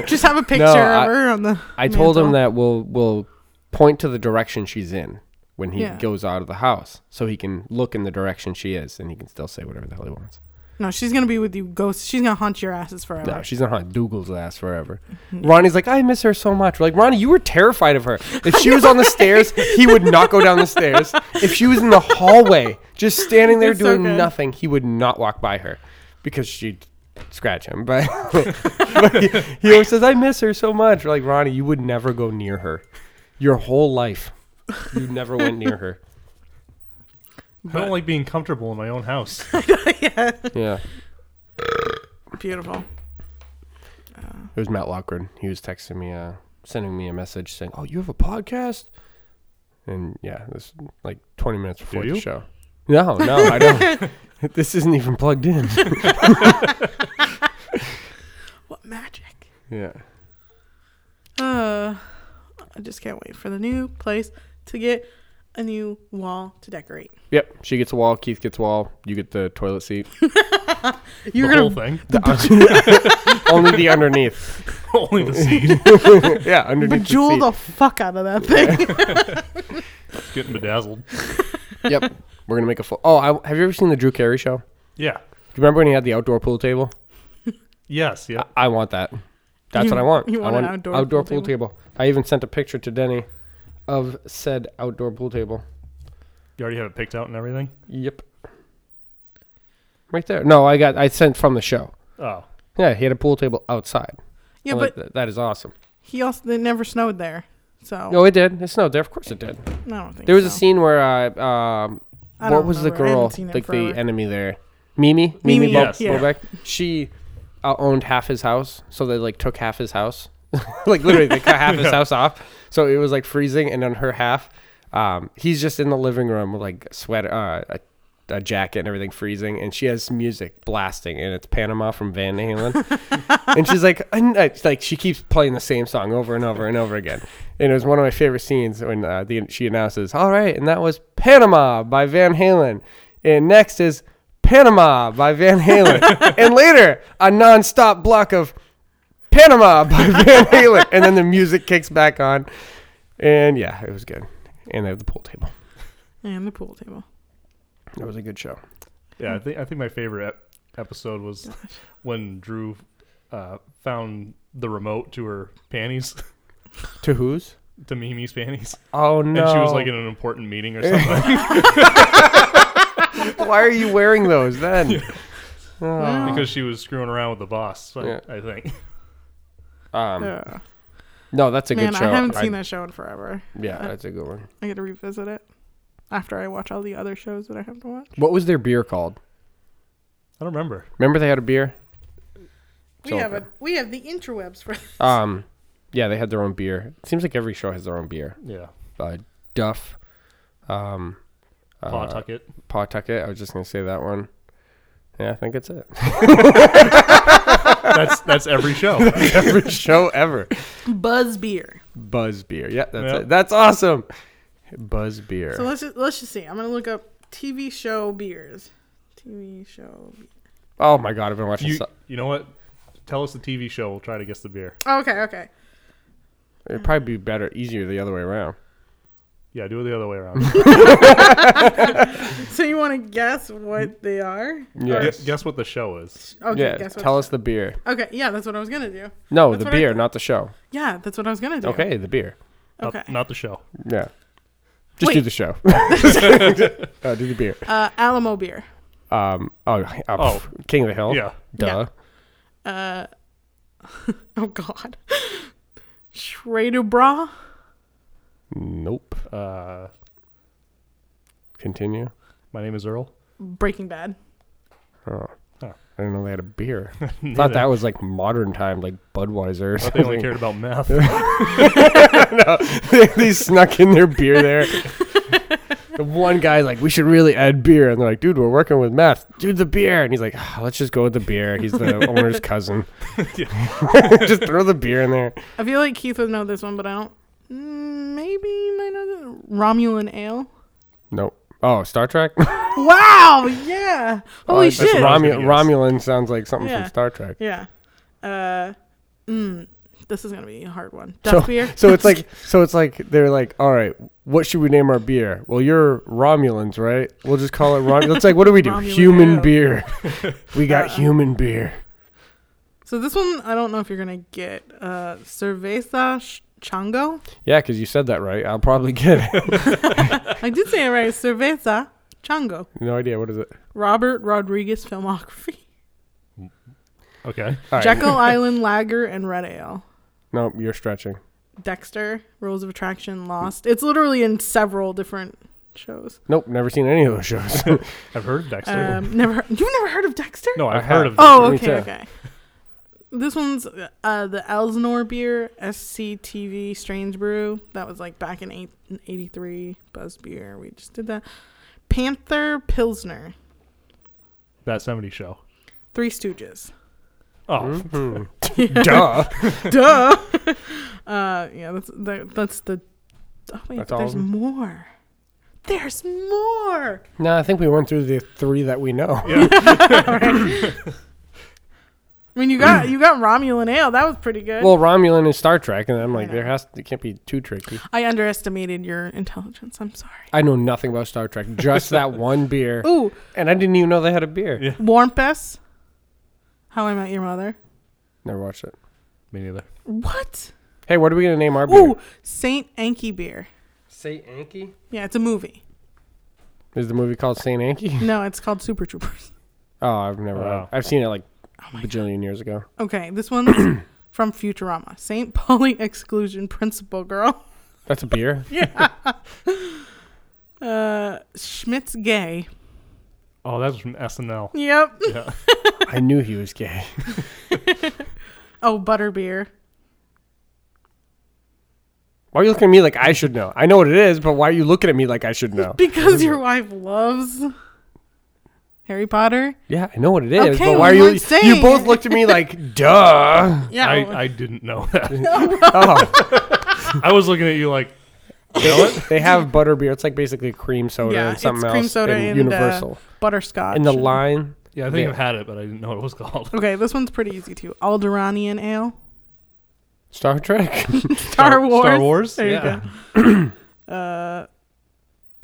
S1: just have a picture
S2: I-
S1: of her on the.
S2: I told him
S1: mantle.
S2: that we'll, we'll point to the direction she's in when he
S1: Yeah.
S2: goes out of the house so he can look in the direction she is and he can still say whatever the hell he wants.
S1: No, she's gonna be with you, ghost. She's gonna haunt your asses forever.
S2: No, she's not on Dougal's ass forever.
S1: Mm-hmm.
S2: Ronnie's like, I miss her so much. We're like, Ronnie, you were terrified of her. If she was on the stairs, he would not go down the stairs. If she was in the hallway, just standing there
S1: It's so
S2: doing
S1: good.
S2: nothing, he would not walk by her because she'd scratch him. But, but he, he always says, I miss her so much. We're like, Ronnie, you would never go near her. Your whole life, you never went near her.
S3: I don't like being comfortable in my own house.
S2: Yeah.
S1: Beautiful.
S2: It was Matt Lockwood. He was texting me, uh, sending me a message saying, "Oh, you have a podcast?" And yeah, this like 20 minutes before the
S3: you?
S2: show. No, no, I don't. this isn't even plugged in.
S1: What magic.
S2: yeah.
S1: Uh, I just can't wait for the new place to get a new wall to decorate.
S2: Yep. She gets a wall. Keith gets a wall. You get the toilet seat.
S1: You're
S3: the
S1: gonna
S3: whole thing.
S2: Only the underneath.
S3: Only the seed.
S2: Yeah, underneath.
S1: bejewel the
S2: the
S1: fuck out of that thing.
S3: Getting bedazzled.
S2: seat. Yep. We're gonna make a full. Oh, I, have you ever seen the Drew Carey show? Do
S3: Yeah.
S2: you remember when he had the outdoor pool table?
S3: Yes, yeah.
S2: I want that. That's
S1: You-
S2: what I want.
S1: you
S2: I
S1: want an outdoor pool
S2: pool, table. I even sent a picture to Denny of said outdoor pool table.
S3: You already have it picked out and everything?
S2: Yep. Right there. No, I got I sent from the show.
S3: Oh.
S2: Yeah, he had a pool table outside.
S1: yeah,
S2: I'm
S1: but
S2: like, "That- that is awesome.
S1: he also it never snowed there, so
S2: No, it did. It snowed there. Of course it did.
S1: I don't think
S2: There was a
S1: so.
S2: scene where uh, um,
S1: I
S2: what
S1: don't
S2: was
S1: remember. I
S2: the
S1: haven't
S2: girl
S1: seen it
S2: like the
S1: forever.
S2: enemy there? Mimi,
S1: Mimi,
S2: Mimi, Bo-
S3: yes.
S1: Yeah.
S2: Bobek. She uh, owned half his house, so they like took half his house, like literally they cut half his house off. So it was like freezing, and on her half, um, he's just in the living room with like a sweater, uh, a, a jacket, and everything freezing, and she has music blasting, and it's Panama from Van Halen. and she's like, "And," uh, it's like she keeps playing the same song over and over and over again. And it was one of my favorite scenes when uh, the, she announces, "All right, and that was Panama by Van Halen, and next is Panama by Van Halen, and later a nonstop block of Panama by Van Halen, and then the music kicks back on, and yeah, it was good. And they have the pool table.
S1: and the pool table.
S2: It was a good show.
S3: Yeah, I think I think my favorite ep- episode was when Drew uh, found the remote to her panties,
S2: To whose?
S3: to Mimi's panties,
S2: Oh no!
S3: and she was like in an important meeting or something.
S2: "Why are you wearing those then?"
S1: Wow. Oh.
S3: because she was screwing around with the boss. I,
S2: Yeah.
S3: I think.
S2: Um,
S1: Yeah.
S2: No, that's a
S1: Man,
S2: good show.
S1: I haven't seen that show in forever.
S2: Yeah, that's a good one.
S1: I got to revisit it after I watch all the other shows that I have to watch.
S2: What was their beer called?
S3: I don't remember.
S2: Remember they had a beer?
S1: We
S2: It's
S1: have
S2: over.
S1: a, we have the interwebs for
S2: Um, yeah, they had their own beer. It seems like every show has their own beer.
S3: Yeah.
S2: Uh, Duff, um, uh,
S3: Pawtucket.
S2: Pawtucket. I was just gonna say that one. Yeah, I think it's it.
S3: that's that's every show.
S2: every show ever.
S1: Buzz Beer.
S2: Buzz beer. Yeah, that's
S3: Yeah.
S2: it. That's awesome. Buzz beer.
S1: So let's just, let's just see. I'm gonna look up TV show beers. TV show. Beer.
S2: oh my god, I've been watching.
S3: you
S2: so-
S3: you know what? Tell us the TV show. We'll try to guess the beer.
S1: oh, Okay, okay.
S2: It'd probably be better, easier the other way around.
S3: Yeah, do it the other way around.
S1: So you want to guess what they are?
S2: Yes.
S3: Gu- guess what the show is.
S1: Okay,
S2: yeah.
S1: guess what
S2: Tell us
S1: show-
S2: the beer.
S1: Okay, yeah, that's what I was gonna do.
S2: No,
S1: That's
S2: the
S1: what I
S2: beer,
S1: th-
S2: not the show.
S1: Yeah, that's what I was gonna do.
S2: Okay, the beer.
S3: Not-
S1: Okay.
S3: Not, the show.
S2: Yeah. Just do
S1: Wait.
S2: the show. uh, do the beer.
S1: Uh, Alamo beer.
S2: Um. Oh. uh,
S3: Oh.
S2: pff, King of the Hill.
S3: Yeah.
S2: Duh.
S1: Uh, oh God. Schrader Bra.
S2: Nope.
S3: Uh,
S2: Continue.
S3: my name is Earl.
S1: Breaking Bad.
S2: Oh.
S3: Huh.
S2: I didn't know they had a beer. Thought that was like modern time, like Budweiser. Or
S3: But they only
S2: something.
S3: cared about math.
S2: they snuck in their beer there. The one guy like, we should really add beer, and they're like, dude, we're working with math. Dude, the beer, and he's like, "Ah, let's just go with the beer. He's the owner's cousin. just throw the beer in there.
S1: I feel like Keith would know this one, but I don't. Mm, Maybe you might know this. Romulan ale.
S2: Nope. Oh, Star Trek.
S1: Wow. Yeah. Holy
S2: That's
S1: shit.
S2: Romu-
S3: I was gonna
S2: Romulan sounds like something
S1: Yeah.
S2: from Star Trek.
S1: Yeah. Uh, mm, this is gonna be a hard one.
S2: So,
S1: Duff beer.
S2: so it's like so it's like they're like, all right, what should we name our beer? Well, you're Romulans, right? We'll just call it Romulans. It's like, what do we do?
S1: Romulan
S2: human
S1: ale.
S2: beer. We got human beer.
S1: So this one, I don't know if you're gonna get uh, cerveza sh- chango.
S2: Yeah, because you said that right. I'll probably get it.
S1: I did say it right. Cerveza chango.
S2: no idea. What is it?
S1: Robert Rodriguez filmography.
S3: okay.
S2: All right.
S1: Jekyll Island Lager and Red Ale.
S2: No, you're stretching.
S1: Dexter, Rules of Attraction, Lost. It's literally in several different shows.
S2: Nope, never seen any of those shows.
S3: I've heard Dexter.
S1: Um, never, you've never heard of Dexter?
S3: no,
S2: I
S3: I've heard
S2: have.
S3: of.
S1: Oh,
S2: Me
S1: okay,
S2: too.
S1: okay. This one's uh, the Elsinore beer, SCTV Strange Brew. That was like back in eight, 83, Buzz Beer. We just did that. Panther Pilsner,
S3: that '70s show.
S1: Three Stooges.
S3: Oh,
S2: Mhm. Duh.
S1: Duh. uh, yeah, that's that, that's the. Oh wait,
S2: That's
S1: but
S2: all
S1: there's
S2: of 'em?
S1: more. There's more.
S2: No, I think we went through the three that we know.
S1: I mean, you got you got Romulan ale. That was pretty good.
S2: Well, Romulan is Star Trek, and I'm like,
S1: know.
S2: there has it can't be too tricky.
S1: I underestimated your intelligence. I'm sorry.
S2: I know nothing about Star Trek. Just that one beer,
S1: Ooh,
S2: and I didn't even know they had a beer.
S3: Yeah.
S1: Warmpus. How I Met Your Mother.
S2: Never watched it.
S3: me neither.
S1: What?
S2: Hey, what are we gonna name our beer?
S1: Ooh, Saint Anki beer.
S2: Saint Anki.
S1: Yeah, it's a movie.
S2: Is the movie called Saint Anki?
S1: No, it's called Super Troopers.
S2: Oh, I've never.
S3: Wow.
S2: I've seen it like
S1: Oh
S2: a bajillion years ago.
S1: Okay, this one's from Futurama. Saint Pauli Exclusion Principal Girl.
S2: That's a beer.
S1: Yeah. uh, Schmidt's gay.
S3: Oh, that was from SNL.
S1: Yep.
S3: Yeah.
S2: I knew he was gay.
S1: Oh, Butterbeer.
S2: Why are you looking at me like I should know? I know what it is, but why are you looking at me like I should know?
S1: Because your wife loves Harry Potter.
S2: Yeah, I know what it is,
S1: Okay,
S2: but
S1: we
S2: why are you?
S1: weren't saying.
S2: You both looked at me like, duh.
S1: Yeah.
S3: I, I didn't know that.
S2: Oh,
S3: I was looking at you like
S2: they, they have butterbeer. It's like basically cream soda
S1: Yeah,
S2: and something
S1: it's cream
S2: else.
S1: soda
S2: in
S1: and, uh,
S2: Universal.
S1: butterscotch.
S2: and the
S1: and-
S2: line,
S3: Yeah, I think
S2: Yeah.
S3: I've had it, but I didn't know what it was called.
S1: Okay, this one's pretty easy too. Alderanian ale.
S2: Star Trek.
S1: Star Wars.
S3: Star Wars.
S1: There
S3: yeah.
S1: you go. uh,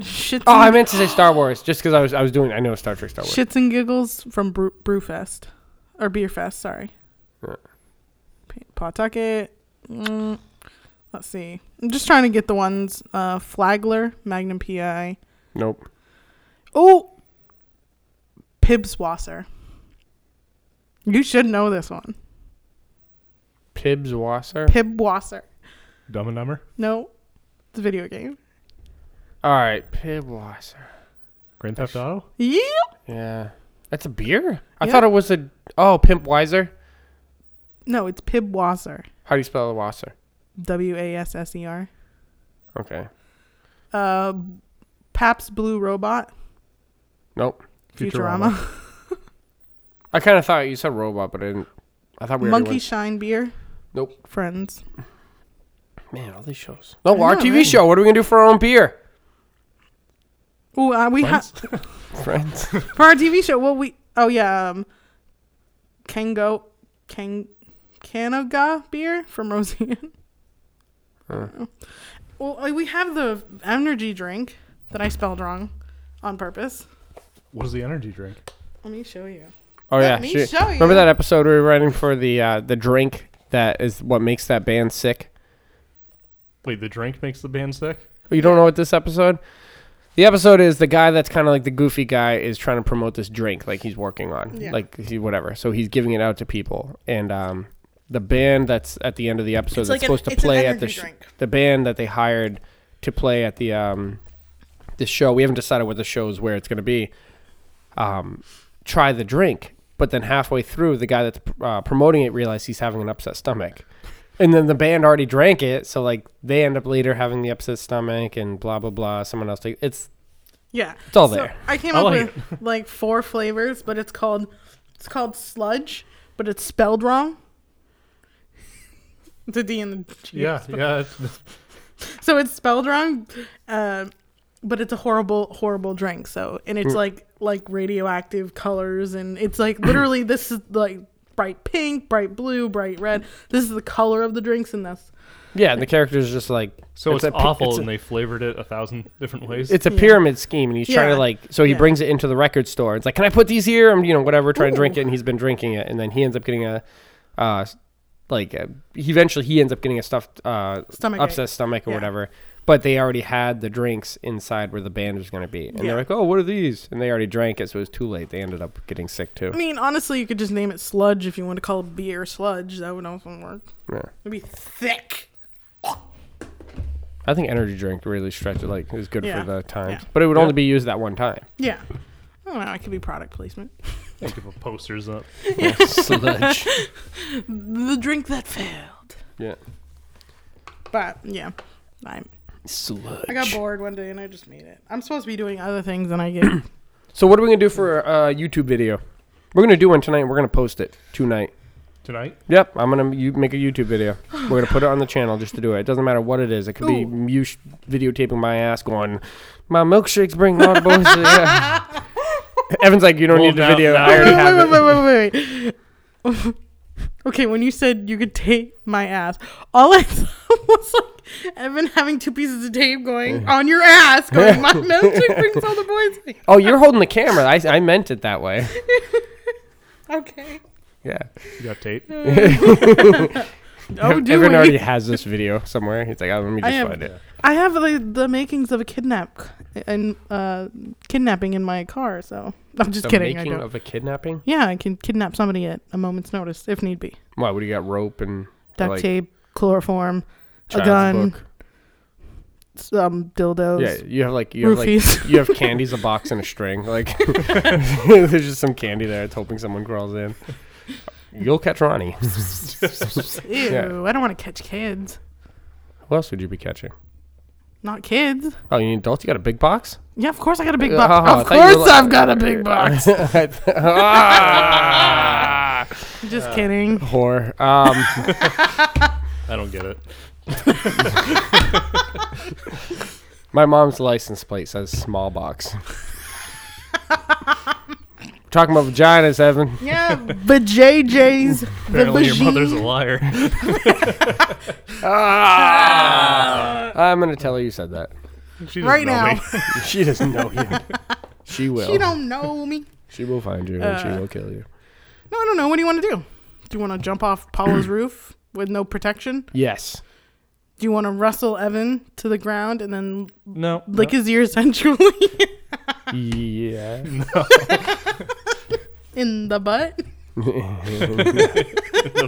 S1: shits,
S2: oh, I
S1: and,
S2: meant to say Star Wars, just because I was I was doing. I know Star Trek, Star Wars.
S1: shits and giggles from Brew- Brewfest or Beerfest. Sorry.
S2: Yeah.
S1: Pa- Pawtucket. Mm, let's see. I'm just trying to get the ones. Uh, Flagler, Magnum PI.
S2: Nope.
S1: Oh, Pibswasser. You should know this one.
S2: Pibs Wasser.
S1: Pibwasser.
S3: Dumb and Dumber,
S1: No, it's a video game.
S2: All right, Pit Blossom.
S3: Grand Theft Auto.
S1: Yep.
S2: Yeah. That's a beer? I
S1: Yeah.
S2: thought it was a. Oh, Pimp Wiser?
S1: No, it's Pib Wasser.
S2: How do you spell the Wasser?
S1: W A S S E R.
S2: Okay.
S1: Uh, Paps Blue Robot.
S2: Nope.
S1: Futurama.
S2: I kind of thought you said robot, but I didn't. I thought we already
S1: Monkey
S2: went-
S1: Shine Beer.
S2: Nope.
S1: Friends.
S2: Man, all these shows. No, our
S1: know,
S2: TV
S1: right?
S2: show. What are we going to do for our own beer?
S1: Oh, uh, we have
S3: Friends?
S2: Friends.
S1: for our TV show. Well, we oh yeah, um, Kango, Kang, Kanaga beer from Roseanne. Well, like, we have the energy drink that I spelled wrong on purpose.
S3: what is the energy drink?
S1: Let me show you.
S2: Oh,
S1: Let
S2: yeah.
S1: me
S2: shoot.
S1: show
S2: Remember
S1: you.
S2: that episode we were writing for the uh, the drink that is what makes that band sick?
S3: Wait, the drink makes the band sick.
S2: You don't know what this episode? The episode is the guy that's kind of like the goofy guy is trying to promote this drink, like he's working on,
S1: Yeah.
S2: like he whatever. So he's giving it out to people, and um, the band that's at the end of the episode
S1: It's
S2: that's
S1: like an-
S2: supposed to
S1: it's an
S2: play at the
S1: energy
S2: sh-
S1: drink.
S2: the band that they hired to play at the um, the show. We haven't decided what the show is where it's going to be. Um, try the drink, but then halfway through, the guy that's uh, promoting it realized he's having an upset stomach, and then the band already drank it, so like they end up later having the upset stomach and blah blah blah. Someone else, take, it's
S1: Yeah,
S2: It's all there.
S1: I came
S3: I
S1: up
S3: like
S1: with like four flavors, but it's called it's called sludge, but it's spelled wrong. the D and the G.
S3: Yeah, yeah. it's-
S1: so it's spelled wrong um but it's a horrible horrible drink so and it's like like radioactive colors and it's like literally this is like bright pink bright blue bright red this is the color of the drinks and that's
S2: yeah. And the characters just like
S3: So it's,
S2: a pi-
S3: awful,
S2: it's a-
S3: and they flavored it a thousand different ways.
S2: it's a pyramid scheme and he's trying
S1: Yeah.
S2: to like so he
S1: Yeah.
S2: brings it into the record store it's like can i put these here and you know whatever try to drink
S1: Ooh.
S2: it and he's been drinking it and then he ends up getting a uh like uh he eventually he ends up getting a stuffed uh
S1: Stomach
S2: upset
S1: ache.
S2: stomach or
S1: Yeah.
S2: whatever but they already had the drinks inside where the band was going to be and
S1: Yeah.
S2: they're like oh what are these and they already drank it so it was too late they ended up getting sick too
S1: i mean honestly you could just name it sludge if you want to call it beer sludge that would also work
S2: yeah.
S1: it'd be thick
S2: i think energy drink really stretched it like it was good
S1: Yeah.
S2: for the times
S1: Yeah.
S2: but it would only be used that one time
S1: yeah Oh, i don't know it could be product placement
S3: Think of a posters up.
S2: sludge
S1: the drink that failed
S2: yeah
S1: but yeah i'm
S2: sludge
S1: I got bored one day and I just made it. I'm supposed to be doing other things and I get
S2: So what are we gonna do for a YouTube video? We're gonna do one tonight. and We're gonna post it tonight.
S3: Tonight?
S2: Yep, I'm gonna you make a YouTube video. We're gonna put it on the channel just to do it. It doesn't matter what it is. It could
S1: Ooh.
S2: be you sh- videotaping my ass going, my milkshakes bring audibles. yeah. Evan's like, you don't
S3: Well,
S2: need the
S3: now-
S2: video.
S3: now
S2: I already
S1: wait,
S2: have
S1: wait, wait,
S2: it.
S1: wait, wait, wait, wait. okay, when you said you could tape my ass, all I thought was like Evan having two pieces of tape going on your ass, going, My milkshake brings all the boys. here."
S2: Oh, you're holding the camera. I, I meant it that way.
S1: Okay.
S2: Yeah.
S3: You got tape?
S1: Oh, do
S2: Evan
S1: we?
S2: already has this video somewhere. He's like, oh, let me
S1: I
S2: just
S1: have-
S2: find it.
S1: I have like, the makings of a kidnap and uh, kidnapping in my car, so I'm just
S2: The
S1: kidding. I
S2: making
S1: don't.
S2: of a kidnapping.
S1: yeah, I can kidnap somebody at a moment's notice if need be.
S2: Why? What do you got? Rope and
S1: Duct
S2: like,
S1: tape, chloroform, a
S2: child's
S1: gun.
S2: book?
S1: some dildos.
S2: Yeah, you have like you have like
S1: Roofies.
S2: you have candies, a box, and a string. Like there's just some candy there. It's hoping someone crawls in. You'll catch Ronnie.
S1: Ew,
S2: Yeah.
S1: I don't want to catch kids.
S2: Who else would you be catching?
S1: Not kids.
S2: Oh, you need adults. You got a big box.
S1: Yeah, of course I got a big
S2: Oh,
S1: box.
S2: I
S1: of
S2: thought you were
S1: course
S2: like-
S1: I've got a big box.
S2: ah,
S1: Just kidding.
S2: whore. Um,
S3: I don't get it.
S2: my mom's license plate says small box. Talking about vaginas, Evan.
S1: Yeah, the JJ's. The
S3: Apparently, your
S1: vagine.
S3: mother's a liar.
S2: Ah, I'm gonna tell her you said that.
S3: She doesn't
S1: Right
S3: know
S1: now.
S3: me.
S2: She doesn't know you. She will.
S1: you don't know me.
S2: She will find you and she will kill you.
S1: No, I don't know. What do you want to do? Do you want to jump off Paula's roof with no protection?
S2: Yes.
S1: Do you want to wrestle Evan to the ground and then
S3: No.
S1: lick his ear sensually
S2: Yeah.
S1: in the butt?
S2: In the butt.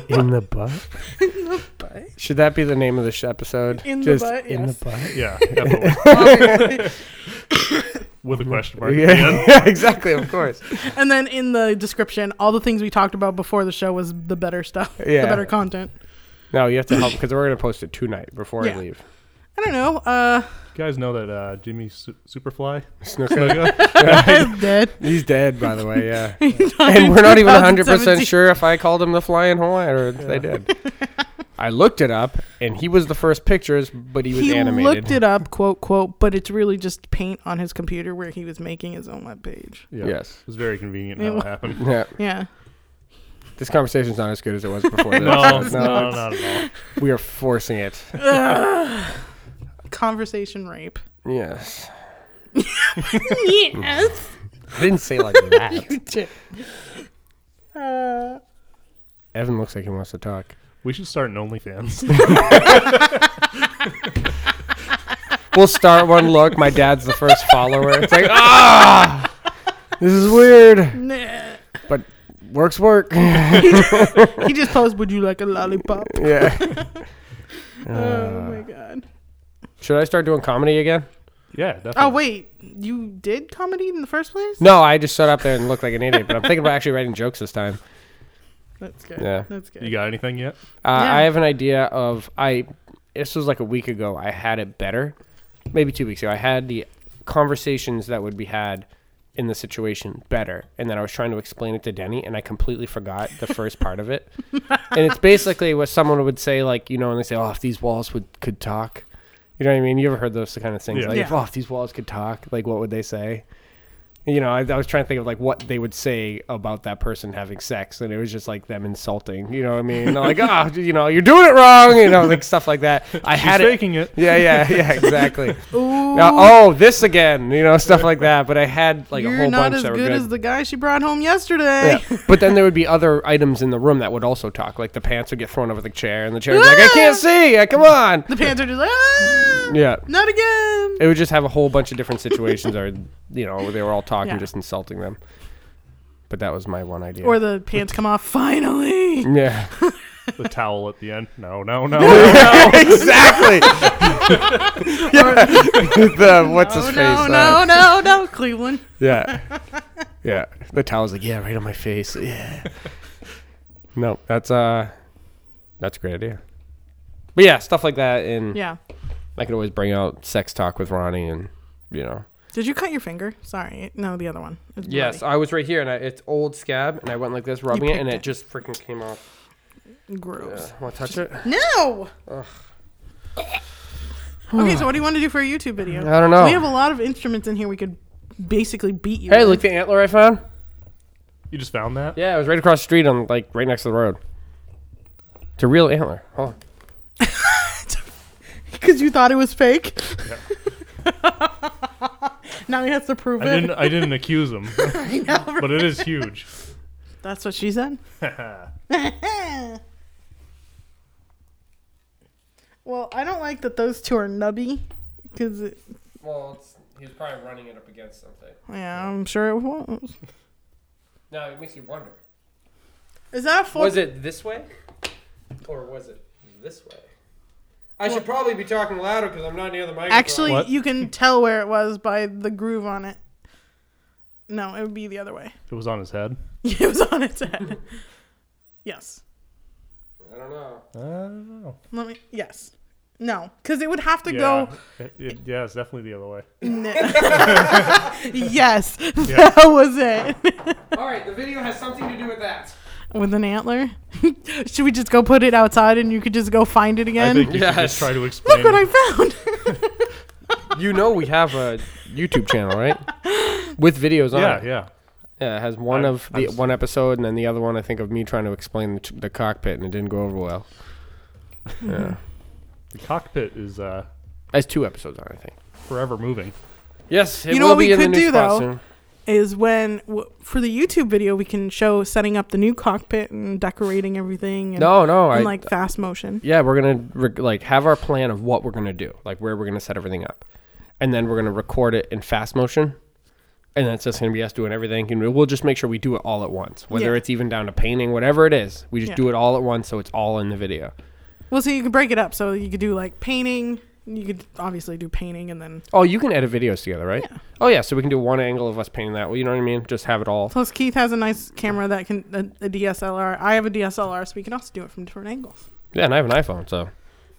S1: In the butt. butt.
S2: Should that be the name of this episode?
S1: In the
S2: Just
S1: butt,
S2: in
S1: yes.
S2: the butt.
S3: Yeah. definitely. With a question mark. at the
S2: Yeah,
S3: end.
S2: yeah, exactly. Of course.
S1: And then in the description, all the things we talked about before the show was the better stuff,
S2: Yeah.
S1: the better content.
S2: No, you have to help because we're gonna post it tonight before
S1: Yeah.
S2: I leave.
S1: I don't know. Uh,
S3: You guys know that uh, Jimmy Su- Superfly?
S2: Snooker.
S1: I'm dead.
S2: He's dead, by the way. Yeah. and we're not even 100 percent sure if I called him the Flying Hawaiian or if they did. I looked it up, and he was the first pictures, but he was
S1: He
S2: animated.
S1: looked it up, quote quote, but it's really just paint on his computer where he was making his own webpage.
S3: Yeah.
S2: Yes.
S3: It was very convenient
S1: It
S3: how
S1: wa-
S3: it happened.
S2: Yeah,
S1: Yeah.
S2: this conversation's not as good as it was before. this.
S3: No, no, not at all.
S2: we are forcing it.
S1: Conversation rape.
S2: Yes,
S1: yes.
S2: I didn't say like that.
S1: Uh,
S2: Evan looks like he wants to talk.
S3: We should start an OnlyFans.
S2: We'll start one. Look, my dad's the first follower. It's like ah, this is weird,
S1: nah.
S2: but works work.
S1: he just posed, "Would you like a lollipop?"
S2: yeah. Uh,
S1: oh my god.
S2: Should I start doing comedy again?
S3: yeah, definitely.
S1: Oh wait, you did comedy in the first place?
S2: No, I just shut up there and looked like an idiot. But I'm thinking about actually writing jokes this time.
S1: That's good.
S2: Yeah.
S1: That's good.
S3: You got anything yet?
S2: Uh,
S1: Yeah.
S2: I have an idea of I. This was like a week ago. I had it better, maybe two weeks ago. I had the conversations that would be had in the situation better, and then I was trying to explain it to Denny, and I completely forgot the first part of it. And it's basically what someone would say, like you know, and they say, "Oh, if these walls would could talk." You know what I mean? You ever heard those kind of things?
S3: Yeah.
S2: Like, if,
S1: Yeah.
S2: oh, if these walls could talk, like what would they say? You know, I, I was trying to think of like what they would say about that person having sex, and it was just like them insulting. You know what I mean? They're like, oh, you know, you're doing it wrong. You know, like stuff like that. I
S3: She's
S2: had it.
S3: faking it.
S2: Yeah, yeah, yeah, exactly.
S1: Ooh,
S2: Now, oh, this again. You know, stuff like that. But I had like a
S1: you're
S2: whole
S1: not
S2: bunch
S1: as
S2: that were
S1: good as the guy she brought home yesterday.
S2: yeah. But then there would be other items in the room that would also talk. Like the pants would get thrown over the chair, and the chair's like, I can't see. Yeah, come on.
S1: Ah! The pants are just like, ah,
S2: Yeah.
S1: not again.
S2: It would just have a whole bunch of different situations, or you know, they were all talking,
S1: Yeah.
S2: just insulting them. But that was my one idea.
S1: Or the pants come off finally.
S2: yeah,
S3: The towel at the end. No, no, no. no.
S2: exactly. Yeah. the what's
S1: Oh
S2: his face?
S1: no,
S2: uh,
S1: no, no, no, Cleveland.
S2: Yeah, yeah. The towel's like, yeah, right on my face. Yeah. no, that's uh, that's a great idea. But yeah, stuff like that, and
S1: Yeah.
S2: I could always bring out sex talk with Ronnie, and you know.
S1: Did you cut your finger? Sorry, no, the other one. It's
S2: Yes, I was right here, and I, it's old scab, and I went like this, rubbing it,
S1: picked
S2: and it,
S1: it.
S2: just freaking came off.
S1: bloody gross.
S2: Want to touch it?
S1: No. okay, so what do you want to do for a YouTube video?
S2: I don't know.
S1: We have a lot of instruments in here. We could basically beat you.
S2: Hey,
S1: with.
S2: look the antler I found.
S3: You just found that?
S2: Yeah, it was right across the street on like right next to the road. It's a real antler. Hold on.
S1: Because you thought it was fake. now he has to prove
S3: I didn't.
S1: it.
S3: I didn't accuse him, but it is huge.
S1: That's what she said. well, I don't like that those two are nubby. Because,
S2: Well, it's, he was probably running it up against something.
S1: yeah, I'm sure it was.
S2: Now it makes you wonder:
S1: Is that a fork?
S2: was it this way, or was it this way? I should probably be talking louder because I'm not near the microphone.
S1: Actually,
S3: What?
S1: you can tell where it was by the groove on it. No, it would be the other way.
S3: It was on his head.
S1: it was on its head. yes.
S2: I don't know.
S3: I don't know.
S1: Let me. Yes. No, because it would have to
S3: Yeah.
S1: go.
S3: It, it- yeah, it's definitely the other way.
S1: Yes, that was it.
S2: All right, the video has something to do with that.
S1: With an antler. Should we just go put it outside and you could just go find it
S3: I
S1: again?
S3: think you should
S2: Yes.
S3: just try to explain.
S1: Look what I found.
S2: You know we have a YouTube channel, right? With videos on
S3: yeah,
S2: it.
S3: yeah.
S2: Yeah, it has one
S3: I'm-
S2: of the
S3: I'm s-
S2: one episode, and then the other one I think of me trying to explain the, t- the cockpit, and it didn't go over well. Yeah,
S3: The cockpit is uh,
S2: that's two episodes on, I think.
S3: forever moving.
S2: Yes, it
S1: You know
S2: will
S1: what we
S2: be in
S1: could
S2: the new
S1: do,
S2: spot
S1: though?
S2: soon.
S1: Is when w- for the YouTube video we can show setting up the new cockpit and decorating everything. And,
S2: No, no, I
S1: and like fast motion.
S2: yeah, we're gonna re- like have our plan of what we're gonna do, like where we're gonna set everything up, and then we're gonna record it in fast motion, and that's just gonna be us doing everything, and we'll just make sure we do it all at once, whether
S1: Yeah.
S2: it's even down to painting, whatever it is, we just
S1: Yeah.
S2: do it all at once, so it's all in the video.
S1: Well, so you can break it up. So you could do like painting. You could obviously do painting and then
S2: Oh, you can edit videos together, right?
S1: Yeah.
S2: Oh yeah, so we can do one angle of us painting that. Well, you know what I mean? Just have it all.
S1: Plus, Keith has a nice camera that can a, a DSLR. I have a DSLR, so we can also do it from different angles.
S2: Yeah, and I have an iPhone, so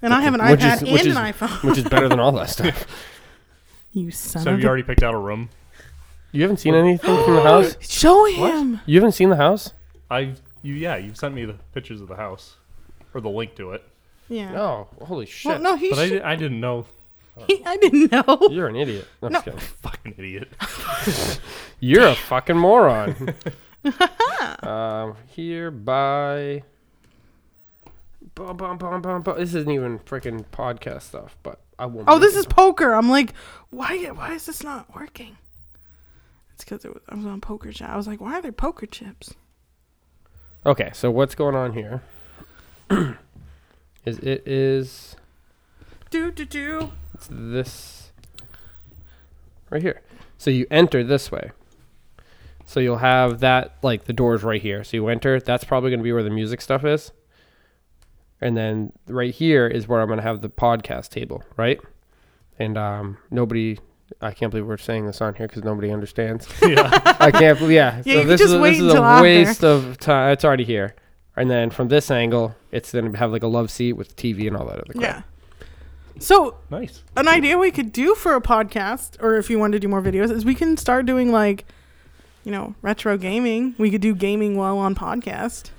S1: And I have an
S2: Which
S1: iPad
S2: is- which
S1: and
S2: is-
S1: an iPhone.
S2: which is better than all that stuff.
S1: you son
S3: So have
S1: of
S3: you
S1: a-
S3: already picked out a room?
S2: You haven't seen anything from the house?
S1: Show him.
S2: You haven't seen the house?
S3: I you yeah, you've sent me the pictures of the house or the link to it.
S1: Yeah.
S2: Oh, holy shit!
S1: well, no, he.
S3: But I,
S1: should-
S3: di- I didn't know.
S1: he- I didn't know.
S2: You're an idiot. No, I'm
S1: No.
S2: just kidding.
S3: Fucking idiot.
S2: You're a fucking moron. um, hereby. Bum, bum, bum, bum, bum. This isn't even freaking podcast stuff, but I will.
S1: Oh,
S2: make
S1: this
S2: it.
S1: is poker. I'm like, why? Why is this not working? It's because it was, I was on poker chat. I was like, why are there poker chips?
S2: okay. So what's going on here? is it is
S1: Do do do.
S2: it's this right here? So you enter this way. So you'll have that like the doors right here. So you enter. That's probably going to be where the music stuff is. And then right here is where I'm going to have the podcast table, right? And um, nobody, I can't believe we're saying this on here because nobody understands.
S3: yeah.
S2: I can't believe, yeah.
S1: Yeah, you can
S2: this
S1: just
S2: is,
S1: wait
S2: this is
S1: until
S2: a
S1: after.
S2: waste of time. It's already here. And then from this angle, it's going to have like a love seat with TV and all that other crap.
S1: Yeah. So
S3: Nice.
S1: an idea we could do for a podcast, or if you want to do more videos, is we can start doing like, you know, retro gaming. We could do gaming while on podcast.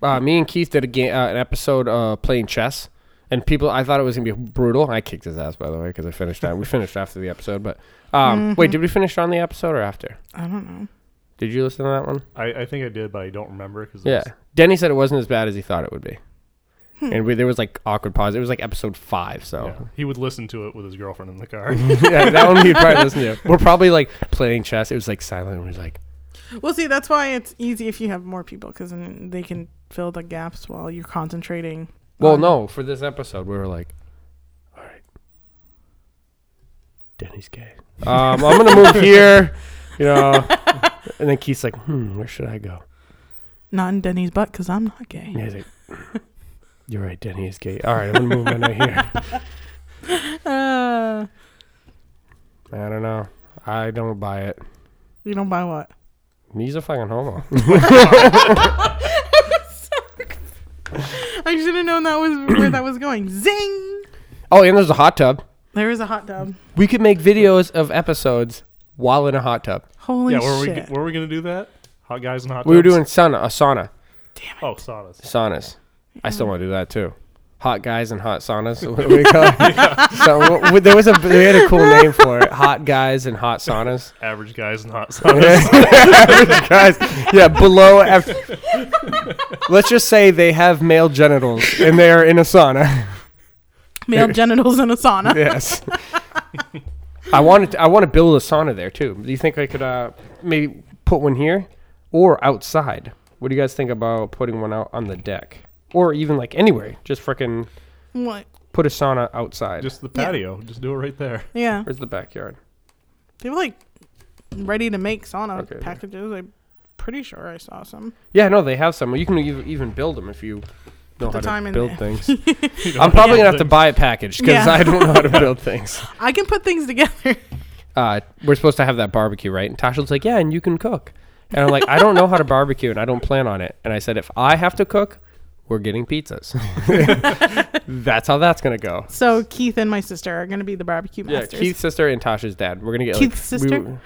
S2: Uh, me and Keith did a game, uh, an episode uh, playing chess, and people. I thought it was gonna be brutal. I kicked his ass, by the way, because I finished. that. we finished after the episode, but um, wait, did we finish on the episode or after?
S1: Mm-hmm. I don't know.
S2: Did you listen to that one?
S3: I, I think I did, but I don't remember because
S2: Yeah, Denny said it wasn't as bad as he thought it would be,
S1: Hmm.
S2: and we, there was like awkward pause. It was like episode five, so
S1: Oh.
S3: he would listen to it with his girlfriend in the car.
S2: yeah, that one he'd probably listen to. We're probably like playing chess. It was like silent. and We're like,
S1: Well, see, that's why it's easy if you have more people because then they can fill the gaps while you're concentrating.
S2: well,
S1: on-
S2: no, for this episode, we were like, all right, Denny's gay. Um, I'm gonna move here, you know. And then Keith's like, hmm, where should I go?
S1: Not in Denny's butt because I'm not gay.
S2: And he's like, you're right, Denny is gay. All right, I'm gonna move my night here.
S1: Uh,
S2: I don't know. I don't buy it.
S1: you don't buy what?
S2: He's a fucking homo.
S1: I should have known that was where that was going. Zing!
S2: oh, and there's a hot tub.
S1: There is a hot tub.
S2: We could make videos of episodes while in a hot tub.
S1: Holy
S3: yeah, were we
S1: shit!
S3: were we gonna do that? Hot guys and hot.
S2: We were
S3: tubs?
S2: doing sauna, a sauna,
S3: oh saunas.
S2: saunas. I still want to do that too. Hot guys and hot saunas. What do we call it? so w- w- there was a they had a cool name for it. Hot guys and hot saunas.
S3: Average guys and hot saunas.
S2: Average guys. Yeah, below. F- Let's just say they have male genitals and they are in a sauna.
S1: Male genitals in a sauna.
S2: yes. I wanted. To, I want to build a sauna there too. Do you think I could uh, maybe put one here or outside? What do you guys think about putting one out on the deck or even like anywhere? Just frickin'
S1: What?
S2: put a sauna outside. Just
S3: Just the patio. Just do it right there.
S1: Yeah,
S2: where's the backyard?
S1: they were like ready to make sauna
S2: Okay, yeah.
S1: packages. I'm pretty sure I saw some.
S2: Yeah, no, they have some. You can ev- even build them if you know
S1: the
S2: how
S1: time
S2: to
S1: in
S2: build
S1: there.
S2: things. I'm probably gonna have to buy a package because
S1: Yeah.
S2: I don't know how to build things.
S1: I can put things together.
S2: uh, we're supposed to have that barbecue, right? And Tasha's like, yeah, and you can cook. And I'm like, I don't know how to barbecue and I don't plan on it. And I said, if I have to cook, we're getting pizzas. that's how that's going to go.
S1: so Keith and my sister are gonna be the barbecue
S2: Yeah,
S1: masters.
S2: Keith's sister and Tasha's dad. We're going to get
S1: Keith's
S2: like,
S1: sister?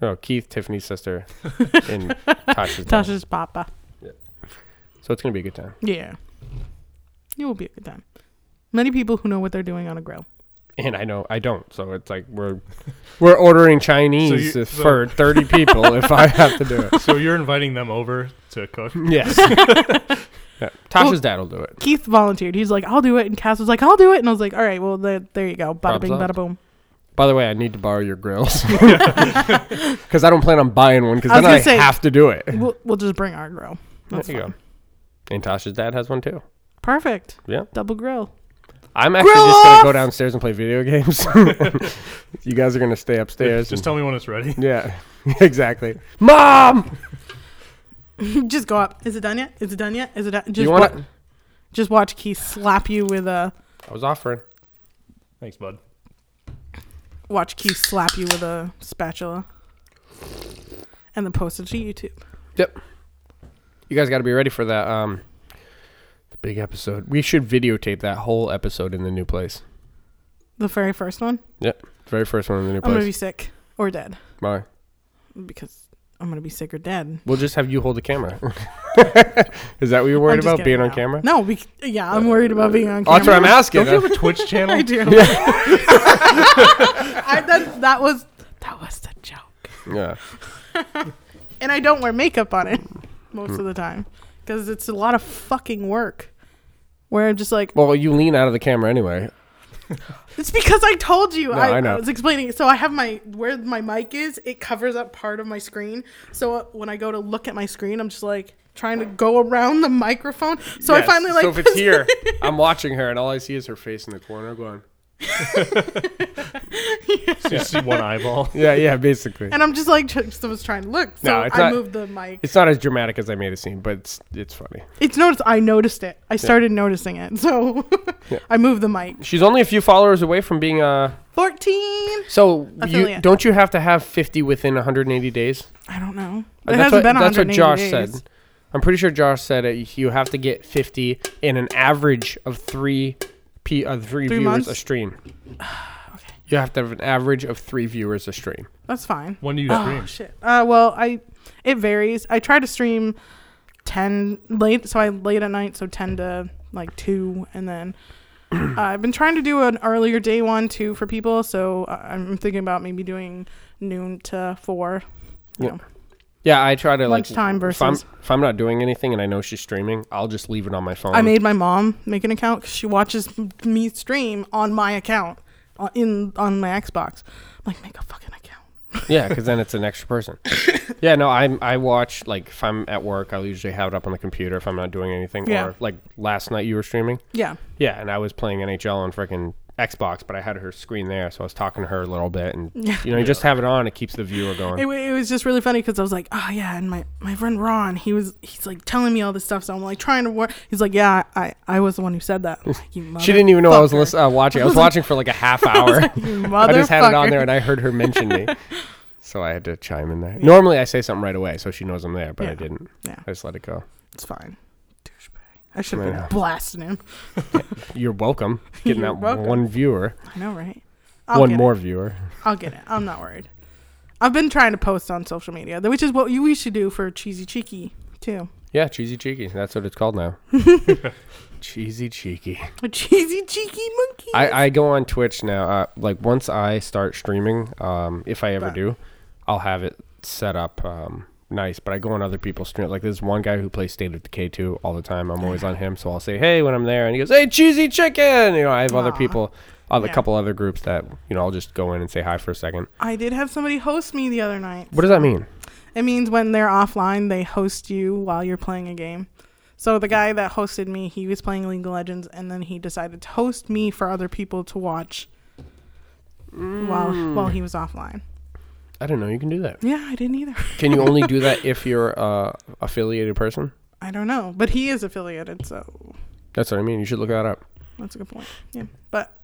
S2: no, Keith, Tiffany's sister, and Tasha's dad.
S1: Tasha's papa.
S2: So it's going to be a good time.
S1: Yeah, it will be a good time. Many people who know what they're doing on a grill.
S2: And I know I don't. So it's like we're we're ordering Chinese
S3: So you-
S2: for 30 people if I have to do it.
S3: So you're inviting them over to cook.
S2: Yes. Yeah, Tasha's dad will do it.
S1: Keith volunteered. He's like, "I'll do it," and Cass was like, "I'll do it," and I was like, "All right, well, the, there you go, bada
S2: Problem
S1: bing,
S2: solved.
S1: bada boom."
S2: By the way, I need to borrow your grills because I don't plan on buying one because
S1: I was
S2: then I
S1: gonna say-
S2: have to do it.
S1: We'll, we'll just bring our grill.
S2: There
S1: That's
S2: you go.
S1: fine.
S2: And Tasha's dad has one too.
S1: Perfect.
S2: Yeah.
S1: Double grill.
S2: I'm actually
S1: Grill
S2: just gonna
S1: off!
S2: go downstairs and play video games. you guys are gonna stay upstairs.
S3: Just
S2: and-
S3: tell me when it's ready.
S2: yeah, exactly. Mom,
S1: just go up. Is it done yet? Is it done yet? Is it done? Just
S2: you
S1: wa-
S2: want to
S1: Just watch Keith slap you with a
S2: I was offering.
S3: Thanks, bud.
S1: watch Keith slap you with a spatula, and then post it to YouTube.
S2: Yep. You guys got to be ready for that. Um, the big episode. We should videotape that whole episode in the new place.
S1: The very first one.
S2: Yep. Very first one in the new
S1: I'm gonna be
S2: place.
S1: sick or dead
S2: Bye.
S1: because I'm gonna be sick or dead.
S2: We'll just have you hold the camera. Is that what you're worried
S1: I'm just
S2: about
S1: kidding
S2: being on
S1: now.
S2: camera?
S1: No, we, yeah, I'm worried about being on
S2: Oh,
S1: camera.
S2: that's what I'm asking.
S3: Don't you have a Twitch channel?
S1: I do. I, that, that was that was the joke.
S2: yeah.
S1: And I don't wear makeup on it most of the time because it's a lot of fucking work. Where I'm just like,
S2: Well, you lean out of the camera anyway.
S1: it's because I told you. I,
S2: I
S1: I,
S2: know.
S1: was explaining. So I have my where my mic is. It covers up part of my screen. So when I go to look at my screen, I'm just like trying to go around the microphone. So I
S2: Yes.
S1: finally like.
S2: So if it's here, I'm watching her, and all I see is her face in the corner going.
S3: So you see one eyeball.
S2: Yeah, yeah, basically.
S1: and I'm just like, tr- so I was trying to look. So
S2: No, it's
S1: I
S2: not-
S1: moved the mic.
S2: It's not as dramatic as I made it seem, but it's it's funny.
S1: It's noticed. I noticed it. I started noticing it. So I moved the mic.
S2: She's only a few followers away from being uh
S1: 14.
S2: So you
S1: Affiliate.
S2: don't you have to have 50 within 180 days?
S1: I don't know. It
S2: Uh, That's
S1: hasn't
S2: what,
S1: been
S2: that's what
S1: 180
S2: Josh
S1: days.
S2: said. I'm pretty sure Josh said it, you have to get 50 in an average of three p uh, three,
S1: Three
S2: viewers
S1: months?
S2: a stream. You have to have an average of three viewers a stream.
S1: That's fine.
S3: When do you
S1: Oh,
S3: stream?
S1: shit. Uh, well, I it varies. I try to stream 10 late, so I late at night, so 10 to like 2 and then uh, I've been trying to do an earlier day one too for people, so I- I'm thinking about maybe doing noon to 4. You
S2: Yeah.
S1: know.
S2: Yeah, I try to like
S1: Lunchtime
S2: if I'm,
S1: versus-
S2: if I'm not doing anything and I know she's streaming, I'll just leave it on my phone.
S1: I made my mom make an account 'cause she watches m- me stream on my account on, in on my Xbox. I'm like, make a fucking account.
S2: Yeah, because then it's an extra person. yeah, no, I I watch like if I'm at work, I'll usually have it up on the computer if I'm not doing anything.
S1: Yeah.
S2: Or like last night you were streaming.
S1: Yeah.
S2: Yeah, and I was playing NHL on freaking Xbox, but I had her screen there, so I was talking to her a little bit, and you know, you just have it on, it keeps the viewer going.
S1: It, wa- it was just really funny because I was like, oh yeah, and my, my friend Ron, he was he's like telling me all this stuff, so I'm like trying to work. He's like, yeah, I, I was the one who said that. I'm like, "You
S2: she didn't even know I was
S1: motherfucker."
S2: listen, uh, watching. I was watching for like a half hour.
S1: You
S2: I just had it on
S1: motherfucker.
S2: there, and I heard her mention me, so I had to chime in there. Normally, I say something right away, so she knows I'm there, but I
S1: Yeah.
S2: didn't.
S1: Yeah.
S2: I just let it go.
S1: It's fine. Douchebag. I should have
S2: I know.
S1: been blasting him.
S2: You're welcome. Getting
S1: You're
S2: that
S1: welcome.
S2: one viewer,
S1: I know, right? I'll
S2: one
S1: get it.
S2: more viewer.
S1: I'll get it. I'm not worried. I've been trying to post on social media, th- which is what you, we should do for Cheesy Cheeky too.
S2: Yeah, cheesy cheeky. That's what it's called now. cheesy cheeky.
S1: Cheesy Cheeky Monkey.
S2: I, I go on Twitch now. Uh, like once I start streaming, um, if I ever
S1: Right.
S2: do, I'll have it set up um, nice. But I go on other people's stream. Like there's one guy who plays State of Decay 2 all the time. I'm always on him, so I'll say hey when I'm there, and he goes hey cheesy chicken. You know, I have other
S1: Aw.
S2: people, other
S1: Yeah.
S2: couple other groups that you know I'll just go in and say hi for a second.
S1: I did have somebody host me the other night.
S2: What does that mean?
S1: It means when they're offline, they host you while you're playing a game. So the guy that hosted me, he was playing League of Legends, and then he decided to host me for other people to watch while
S2: Mm.
S1: while he was offline.
S2: I don't know. You can do that.
S1: Yeah, I didn't either.
S2: Can you only do that if you're a affiliated person?
S1: I don't know, but he is affiliated, so
S2: That's what I mean. You should look that up.
S1: that's a good point. Yeah, but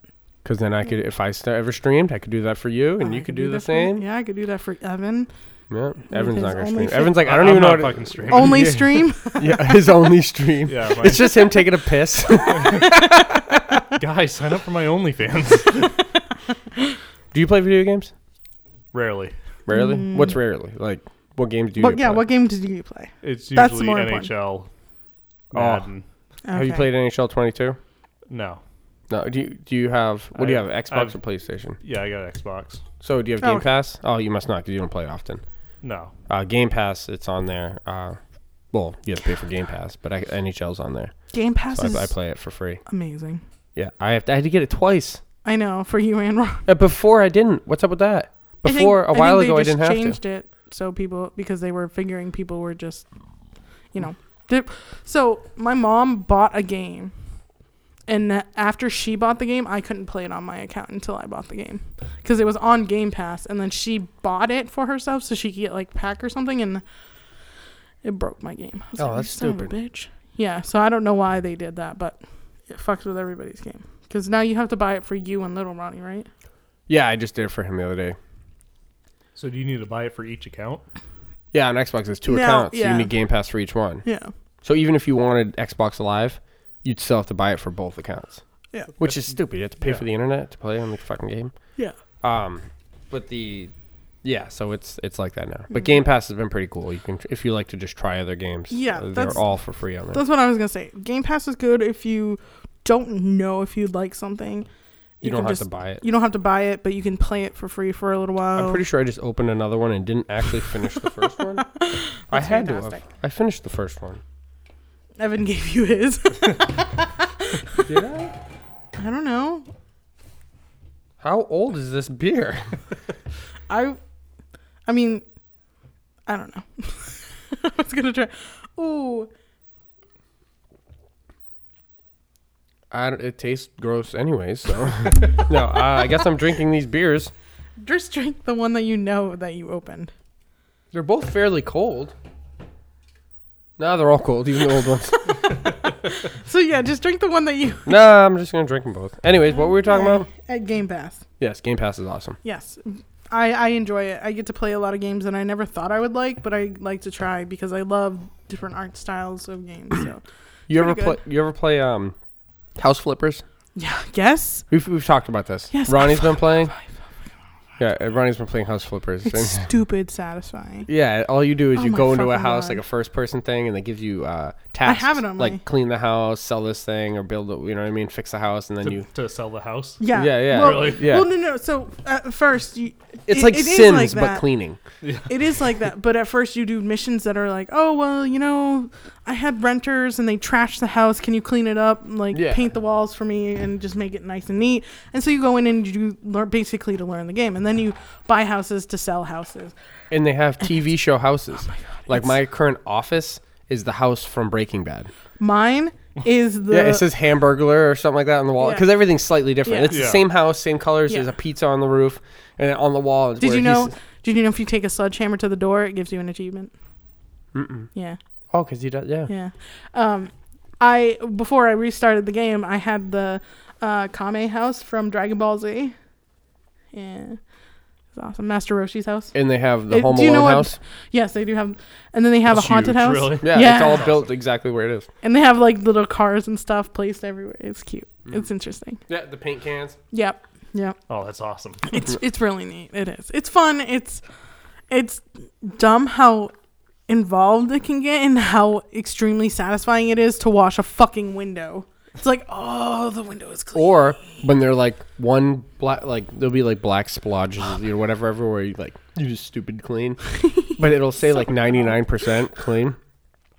S2: Because then I could, if I st- ever streamed, I could do that for you, and
S1: I
S2: you could
S1: could
S2: do the
S1: that for-
S2: same.
S1: yeah, I could do that for Evan.
S2: Yeah, Evan's
S1: his
S2: not gonna
S1: only
S2: stream.
S1: fi-
S2: Evan's like, I
S3: I-
S2: don't
S3: I'm
S2: even know what
S3: not
S2: it- Oh,
S3: fucking streaming.
S1: Only stream.
S2: yeah, his only stream.
S3: Yeah, mine.
S2: it's just him taking a piss.
S3: Guys, sign up for my OnlyFans.
S2: do you play video games?
S3: Rarely.
S2: Rarely. What's rarely? Like, what games do you?
S1: but yeah,
S2: play?
S1: Mm. what game did you play?
S3: It's usually
S1: That's more important.
S3: NHL.
S2: Oh.
S3: Madden.
S2: Have you
S1: Okay.
S2: played NHL 22?
S3: No.
S2: No. Do you do you have? What do you have?
S3: I-
S2: Xbox
S3: I've-
S2: or PlayStation?
S3: Yeah, I got Xbox.
S2: So do you have
S1: Oh,
S2: Game
S1: okay.
S2: Pass? Oh, you must not because you don't play often.
S3: No.
S2: Uh, game Pass, it's on there. Uh, well, you have to pay for Game Pass, but I, NHL's on there,
S1: Game Pass
S2: so
S1: is
S2: I, I play it for free.
S1: amazing.
S2: Yeah, I have to, I had to get it twice.
S1: I know for you and Ron.
S2: Uh, before I didn't. What's up with that?
S1: I think-
S2: Before
S1: I
S2: a while
S1: think
S2: ago,
S1: they
S2: I didn't
S1: just
S2: have
S1: changed
S2: to.
S1: it so people because they were figuring people were just, you know, dip. so my mom bought a game, and after she bought the game, I couldn't play it on my account until I bought the game because it was on Game Pass, and then she bought it for herself so she could get like pack or something, and it broke my game. I was
S2: Oh,
S1: like,
S2: that's
S1: "You son of a
S2: stupid.
S1: bitch. Yeah, so I don't know why they did that, but it fucks with everybody's game. Because now you have to buy it for you and little Ronnie, right?
S2: Yeah, I just did it for him the other day.
S3: So do you need to buy it for each account?
S2: Yeah, on Xbox, there's two
S1: No,
S2: accounts.
S1: yeah.
S2: You need Game Pass for each one.
S1: Yeah.
S2: So even if you wanted Xbox Live, you'd still have to buy it for both accounts.
S1: Yeah.
S2: Which is stupid. You have to pay
S3: yeah.
S2: for the internet to play on the fucking game.
S1: Yeah.
S2: Um, but the yeah, so it's it's like that now.
S1: Hmm.
S2: But Game Pass has been pretty cool. You can if you like to just try other games.
S1: Yeah,
S2: uh, they're
S1: that's-
S2: all for free on there.
S1: That's what I was going to say. Game Pass is good if you don't know if you like something.
S2: You, don't
S1: can
S2: have
S1: just-
S2: to buy it.
S1: You don't have to buy it, but you can play it for free for a little while.
S2: I'm pretty sure I just opened another one and didn't actually finish the first one. I had to. Have.
S1: fantastic.
S2: I finished the first one.
S1: Evan gave you his.
S2: Did I?
S1: I don't know.
S2: How old is this beer?
S1: I, I mean, I don't know. I was gonna try. Ooh,
S2: I don't- it tastes gross anyways, so. no, uh, I guess I'm drinking these beers.
S1: just drink the one that you know that you opened.
S2: They're both fairly cold. Nah, they're all cold, even the old ones.
S1: So yeah, just drink the one that you
S2: nah, I'm just going to drink them both. Anyways, what were we talking about?
S1: at Game Pass.
S2: Yes, Game Pass is awesome.
S1: Yes, I I enjoy it. I get to play a lot of games that I never thought I would like, but I like to try because I love different art styles of games. So
S2: You ever
S1: Pretty
S2: play you ever play um House Flippers?
S1: yeah, yes,
S2: We've we've talked about this.
S1: Yes, I
S2: Ronnie's been playing. Yeah, uh, Ronnie's been playing House Flippers.
S1: it's
S2: and-
S1: stupid satisfying.
S2: Yeah, all you do is
S1: Oh
S2: you
S1: my
S2: go into a
S1: fucking
S2: house
S1: God.
S2: like a first person thing, and they give you uh, tasks.
S1: it on
S2: like
S1: my-
S2: clean the house, sell this thing, or build. A, you know what I mean? Fix the house, and then
S3: To,
S2: you.
S3: to sell the house?
S1: Yeah,
S2: Yeah, yeah,
S1: Well,
S3: Really?
S2: yeah.
S1: well no, no. So at first, you,
S2: It's
S1: it-
S2: like
S1: it is
S2: Sims, but
S1: that.
S2: cleaning.
S1: It is like that, but at first you do missions that are like, oh well, you know, I had renters and they trashed the house. Can you clean it up? and, Like
S2: Yeah.
S1: paint the walls for me and just make it nice and neat. And so you go in and you do learn, basically to learn the game, and then you buy houses to sell houses.
S2: And they have TV show houses. like my current office is the house from Breaking Bad.
S1: Mine is the
S2: yeah, it says Hamburglar or something like that on the wall
S1: Yeah.
S2: because everything's slightly different.
S1: Yeah.
S2: It's the
S3: Yeah.
S2: same house, same colors. There's
S1: Yeah.
S2: a pizza on the roof, and on the wall. is
S1: did
S2: where
S1: you
S2: he
S1: know?
S2: s-
S1: Did you know if you take a sledgehammer to the door, it gives you an achievement? Mm-mm. Yeah.
S2: Oh, because he does. Yeah.
S1: Yeah. Um, I before I restarted the game, I had the uh, Kame house from Dragon Ball Z. Yeah, it's awesome. Master Roshi's house.
S2: And they have the
S1: Uh,
S2: Home
S1: do you know
S2: Alone
S1: what-
S2: house.
S1: Yes, they do have, and then they have
S3: That's
S1: a haunted
S3: huge,
S1: house.
S3: really?
S2: Yeah, it's
S1: Yeah.
S2: all built exactly where it is.
S1: And they have like little cars and stuff placed everywhere. It's cute.
S3: Mm.
S1: It's interesting.
S2: Yeah, the paint cans.
S1: Yep. Yep.
S3: Oh, that's awesome.
S1: It's it's really neat. It is. It's fun. It's it's dumb how involved it can get and how extremely satisfying it is to wash a fucking window. It's like, oh, the window is clean.
S2: Or when they're like one black, like there'll be like black splodges or whatever everywhere. You like you just stupid clean, but it'll say like ninety nine percent clean,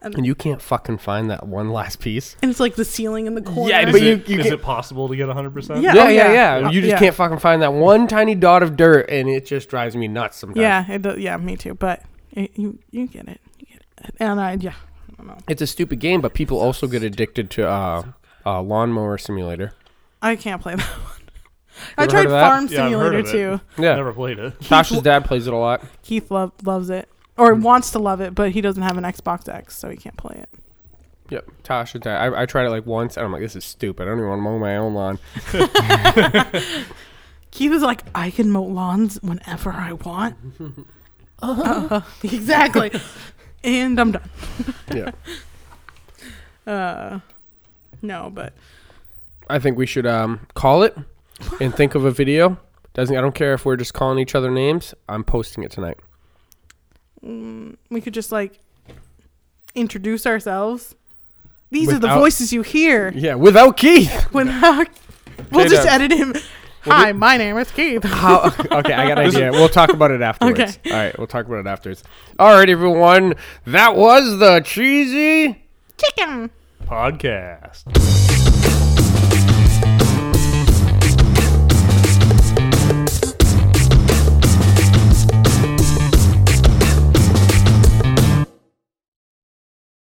S1: Um,
S2: and you can't fucking find that one last piece.
S1: and it's like the ceiling in the corner.
S2: Yeah,
S3: Is,
S2: But
S3: it,
S2: you- you
S3: is
S2: get-
S3: it possible to get 100%?
S1: Yeah.
S2: Yeah,
S1: oh,
S2: yeah, yeah.
S1: yeah.
S2: You just
S1: Yeah.
S2: can't fucking find that one tiny dot of dirt, and it just drives me nuts sometimes.
S1: yeah, it does, yeah, me too. But it, you you get it, you get it. And I yeah, I don't know.
S2: it's a stupid game, but people also get addicted to uh, uh, lawnmower simulator.
S1: I can't play that one. I
S2: Ever
S1: tried
S2: heard of that?
S1: Farm
S3: Yeah, I've heard
S1: Simulator
S3: of it.
S1: too.
S2: Yeah,
S3: Never played it.
S2: Tasha's dad plays it a lot.
S1: Keith lo- loves it
S3: Mm.
S1: or wants to love it, but he doesn't have an Xbox X, so he can't play it.
S2: Yep, Tasha dad. I, I tried it like once, and I'm like, this is stupid. I don't even want to mow my own lawn.
S1: Keith is like, I can mow lawns whenever I want. Uh, exactly. and I'm done.
S2: Yeah.
S1: Uh, no, but
S2: I think we should um, call it and think of a video. Doesn't I don't care if we're just calling each other names. I'm posting it tonight.
S1: mm, we could just like introduce ourselves. These are
S2: Without-
S1: the voices you hear.
S2: Yeah, without Keith.
S1: when we'll
S2: Okay,
S1: just
S2: done.
S1: edit him.
S2: We'll
S1: Hi, my name is Keith.
S2: How? Okay, I got an idea. We'll talk about it afterwards.
S1: Okay.
S2: All right, we'll talk about it afterwards. All right, everyone. That was the cheesy.
S1: Chicken.
S3: Podcast.